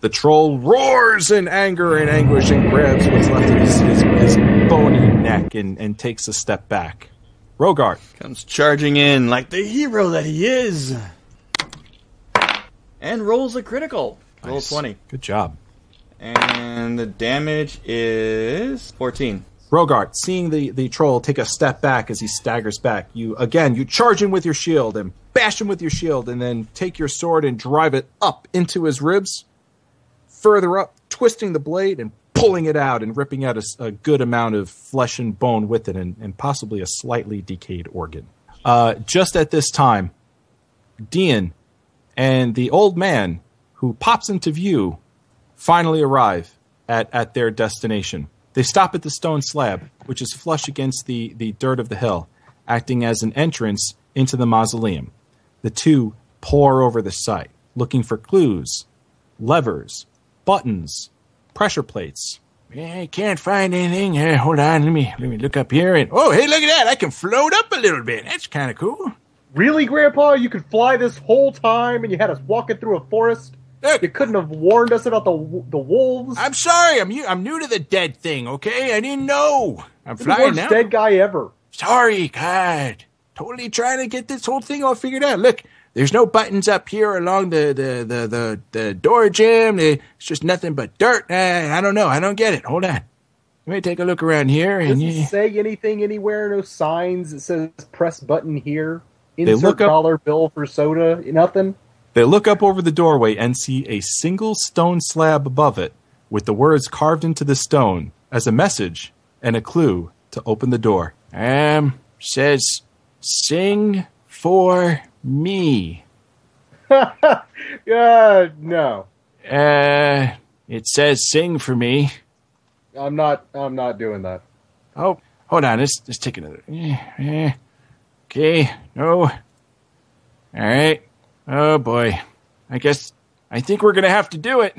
Speaker 4: the troll roars in anger and anguish and grabs what's left of his, his, his bony neck and, and takes a step back. Rogart,
Speaker 3: Comes charging in like the hero that he is. And rolls a critical. Roll
Speaker 4: Nice.
Speaker 3: 20.
Speaker 4: good job.
Speaker 3: And the damage is 14.
Speaker 4: Rogart, seeing the, the troll take a step back as he staggers back, you again you charge him with your shield and bash him with your shield, and then take your sword and drive it up into his ribs, further up, twisting the blade and pulling it out and ripping out a, s- a good amount of flesh and bone with it, and, and possibly a slightly decayed organ. Uh, just at this time, Dean and the old man who pops into view finally arrive at, at their destination. They stop at the stone slab, which is flush against the, the dirt of the hill, acting as an entrance into the mausoleum. The two pore over the site, looking for clues, levers, buttons, pressure plates.
Speaker 2: I can't find anything. Uh, hold on, let me let me look up here. And oh, hey, look at that! I can float up a little bit. That's kind of cool.
Speaker 5: Really, Grandpa? You could fly this whole time, and you had us walking through a forest.
Speaker 2: Look.
Speaker 5: You couldn't have warned us about the w- the wolves.
Speaker 2: I'm sorry, I'm u- I'm new to the dead thing. Okay, I didn't know. I'm
Speaker 5: You're the
Speaker 2: flying
Speaker 5: worst
Speaker 2: now.
Speaker 5: dead guy ever.
Speaker 2: Sorry, God. Totally trying to get this whole thing all figured out. Look, there's no buttons up here along the the the the, the door jam. It's just nothing but dirt. Uh, I don't know. I don't get it. Hold on. Let me take a look around here. And
Speaker 5: Doesn't
Speaker 2: yeah.
Speaker 5: say anything anywhere. No signs. It says press button here.
Speaker 4: look
Speaker 5: Insert
Speaker 4: up-
Speaker 5: dollar bill for soda. Nothing.
Speaker 4: They look up over the doorway and see a single stone slab above it with the words carved into the stone as a message and a clue to open the door.
Speaker 2: um says sing for me.
Speaker 5: Yeah, no.
Speaker 2: Uh, it says sing for me.
Speaker 5: I'm not. I'm not doing that.
Speaker 2: Oh, hold on. Let's, let's take another. Eh, eh. Okay. No. All right. Oh, boy. I guess I think we're going to have to do it.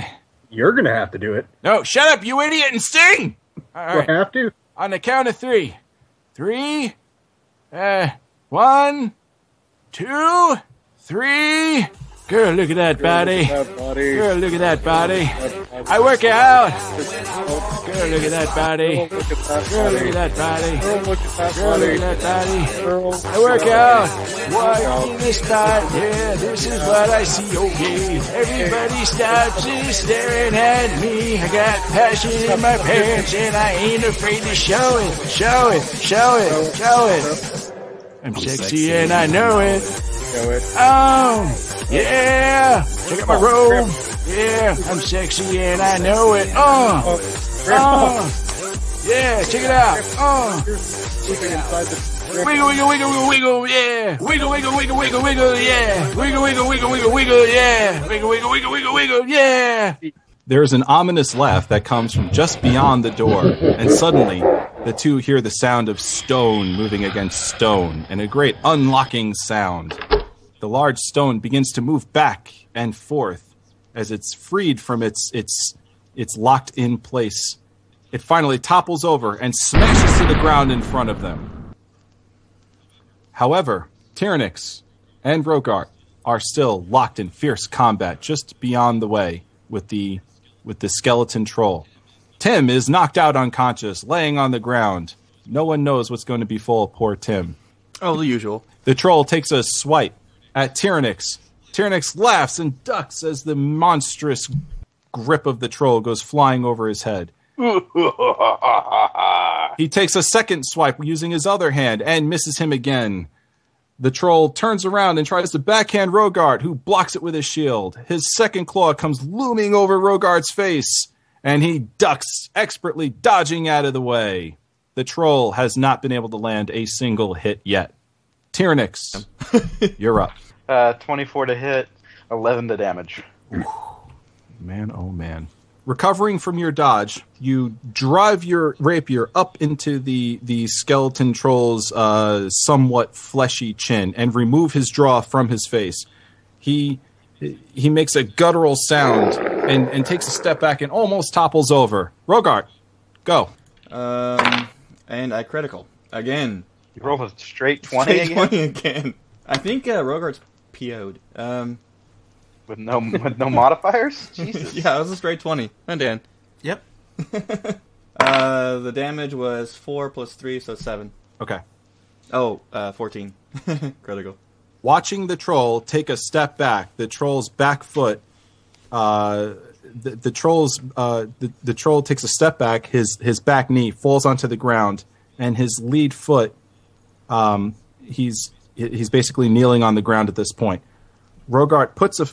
Speaker 5: You're gonna have to do it.
Speaker 2: No, shut up, you idiot, and sing! All
Speaker 5: You
Speaker 2: right.
Speaker 5: have to.
Speaker 2: On the count of three. Three. Uh, one, two, three. Girl, look at that body.
Speaker 5: That body.
Speaker 2: Girl, look at that body. I work out. Girl, look at that body.
Speaker 5: Look at that
Speaker 2: Girl, look
Speaker 5: body.
Speaker 2: at that body.
Speaker 5: Look at that
Speaker 2: Girl, look
Speaker 5: body.
Speaker 2: at that body.
Speaker 5: Girl.
Speaker 2: I work out. Why this start? Yeah, this is what I see. Okay, everybody stops is staring at me. I got passion in my pants, and I ain't afraid to show it, show it, show it, show it. I'm sexy and I know it.
Speaker 5: Show it.
Speaker 2: Oh, yeah. Check out my robe. Yeah, I'm sexy and I know it. Oh, oh. Yeah, check it out. Oh. Wiggle, wiggle, wiggle, wiggle, wiggle, yeah. Wiggle, wiggle, wiggle, wiggle, wiggle, yeah. Wiggle, wiggle, wiggle, wiggle, wiggle, yeah. Wiggle, wiggle, wiggle, wiggle, wiggle, yeah.
Speaker 4: There is an ominous laugh that comes from just beyond the door, and suddenly the two hear the sound of stone moving against stone and a great unlocking sound. The large stone begins to move back and forth as it's freed from its its its locked in place. It finally topples over and smashes to the ground in front of them. However, Tyrannix and Rogart are still locked in fierce combat just beyond the way with the with the skeleton troll. Tim is knocked out unconscious, laying on the ground. No one knows what's going to befall poor Tim.
Speaker 3: Oh, the usual.
Speaker 4: The troll takes a swipe at Tyrannix. Tyrannix laughs and ducks as the monstrous grip of the troll goes flying over his head. he takes a second swipe using his other hand and misses him again. The troll turns around and tries to backhand Rogard, who blocks it with his shield. His second claw comes looming over Rogard's face, and he ducks, expertly dodging out of the way. The troll has not been able to land a single hit yet. Tyrannix, you're up.
Speaker 11: Uh, 24 to hit. Eleven to damage.
Speaker 4: Man, oh man. Recovering from your dodge, you drive your rapier up into the, the skeleton troll's uh, somewhat fleshy chin and remove his jaw from his face. He he makes a guttural sound and, and takes a step back and almost topples over. Rogart, go.
Speaker 3: Um, and I critical again.
Speaker 11: You rolled a straight twenty
Speaker 3: [LAUGHS] Say
Speaker 11: again?
Speaker 3: 20 again. I think uh, Rogart's PO'd. Um, [LAUGHS]
Speaker 11: with no with no
Speaker 4: [LAUGHS]
Speaker 11: modifiers. Jesus.
Speaker 3: yeah, it was a straight twenty. And Dan.
Speaker 7: Yep.
Speaker 3: Uh, the damage was four plus three, so seven.
Speaker 4: Okay.
Speaker 3: Oh, uh, fourteen. [LAUGHS] critical.
Speaker 4: watching the troll take a step back, the troll's back foot, uh, the, the troll's uh, the, the troll takes a step back, his his back knee falls onto the ground, and his lead foot, um, he's he's basically kneeling on the ground at this point. Rogart puts a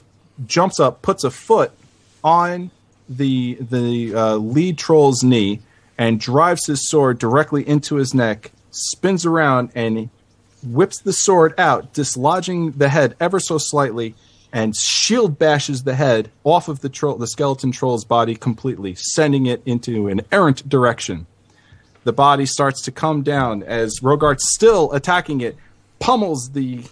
Speaker 4: jumps up, puts a foot on the the uh, lead troll's knee, and drives his sword directly into his neck, spins around, and whips the sword out, dislodging the head ever so slightly, and shield bashes the head off of the troll, the skeleton troll's body completely, sending it into an errant direction. The body starts to come down as Rogart, still attacking it, pummels the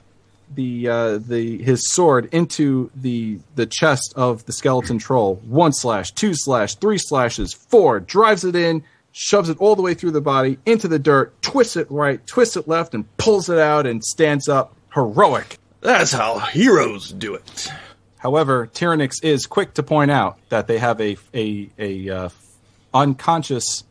Speaker 4: the uh, the his sword into the the chest of the skeleton troll. One slash, two slash, three slashes, four. Drives it in, shoves it all the way through the body into the dirt, twists it right, twists it left, and pulls it out and stands up heroic.
Speaker 9: That's how heroes do it.
Speaker 4: However, Tyrannix is quick to point out that they have a a a uh, unconscious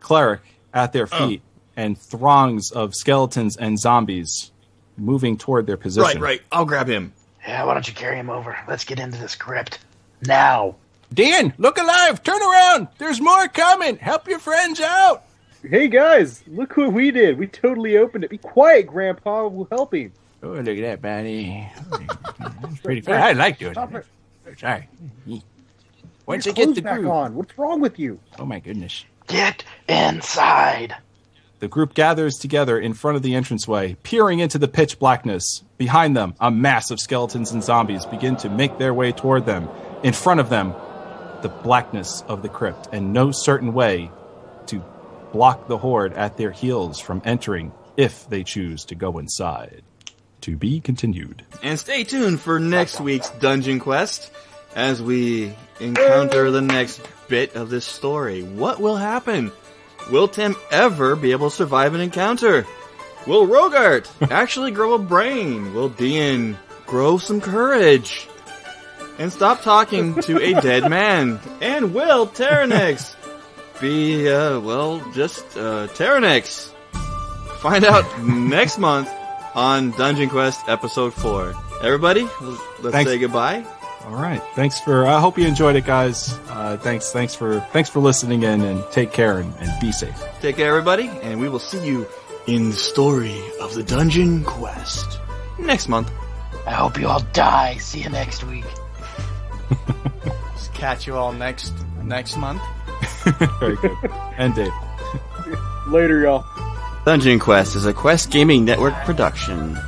Speaker 4: cleric at their feet and throngs of skeletons and zombies moving toward their position.
Speaker 3: Right, right. I'll grab him.
Speaker 6: Yeah, why don't you carry him over? Let's get into the script. Now.
Speaker 4: Dan, look alive! Turn around! There's more coming! Help your friends out!
Speaker 5: Hey guys, look what we did. We totally opened it. Be quiet, Grandpa. We'll help him.
Speaker 2: Oh, look at that, Bonnie. That's pretty fun. I like doing
Speaker 5: Stop it.
Speaker 2: that. Sorry. Once I
Speaker 5: Your
Speaker 2: get
Speaker 5: clothes
Speaker 2: the
Speaker 5: back
Speaker 2: groove.
Speaker 5: on. What's wrong with you?
Speaker 2: Oh, my goodness.
Speaker 6: Get inside.
Speaker 4: The group gathers together in front of the entranceway, peering into the pitch blackness. Behind them, a mass of skeletons and zombies begin to make their way toward them. In front of them, the blackness of the crypt, and no certain way to block the horde at their heels from entering if they choose to go inside. To be continued.
Speaker 3: And stay tuned for next week's Dungeon Quest as we encounter the next bit of this story. What will happen? Will Tim ever be able to survive an encounter? Will Rogart actually grow a brain? Will Dean grow some courage? And stop talking to a dead man? And will Terranix be, uh, well, just, uh, Terranix? Find out next month on Dungeon Quest Episode 4. Everybody, let's
Speaker 4: Thanks.
Speaker 3: say goodbye.
Speaker 4: All right. Thanks for. I hope you enjoyed it, guys. Uh, thanks. Thanks for. Thanks for listening in, and take care and, and be safe.
Speaker 3: Take care, everybody, and we will see you in the story of the Dungeon Quest next month.
Speaker 6: I hope you all die. See you next week.
Speaker 7: Catch you all next next month.
Speaker 4: Very good. [LAUGHS] and Dave.
Speaker 5: Later, y'all.
Speaker 3: Dungeon Quest is a Quest Gaming Network production.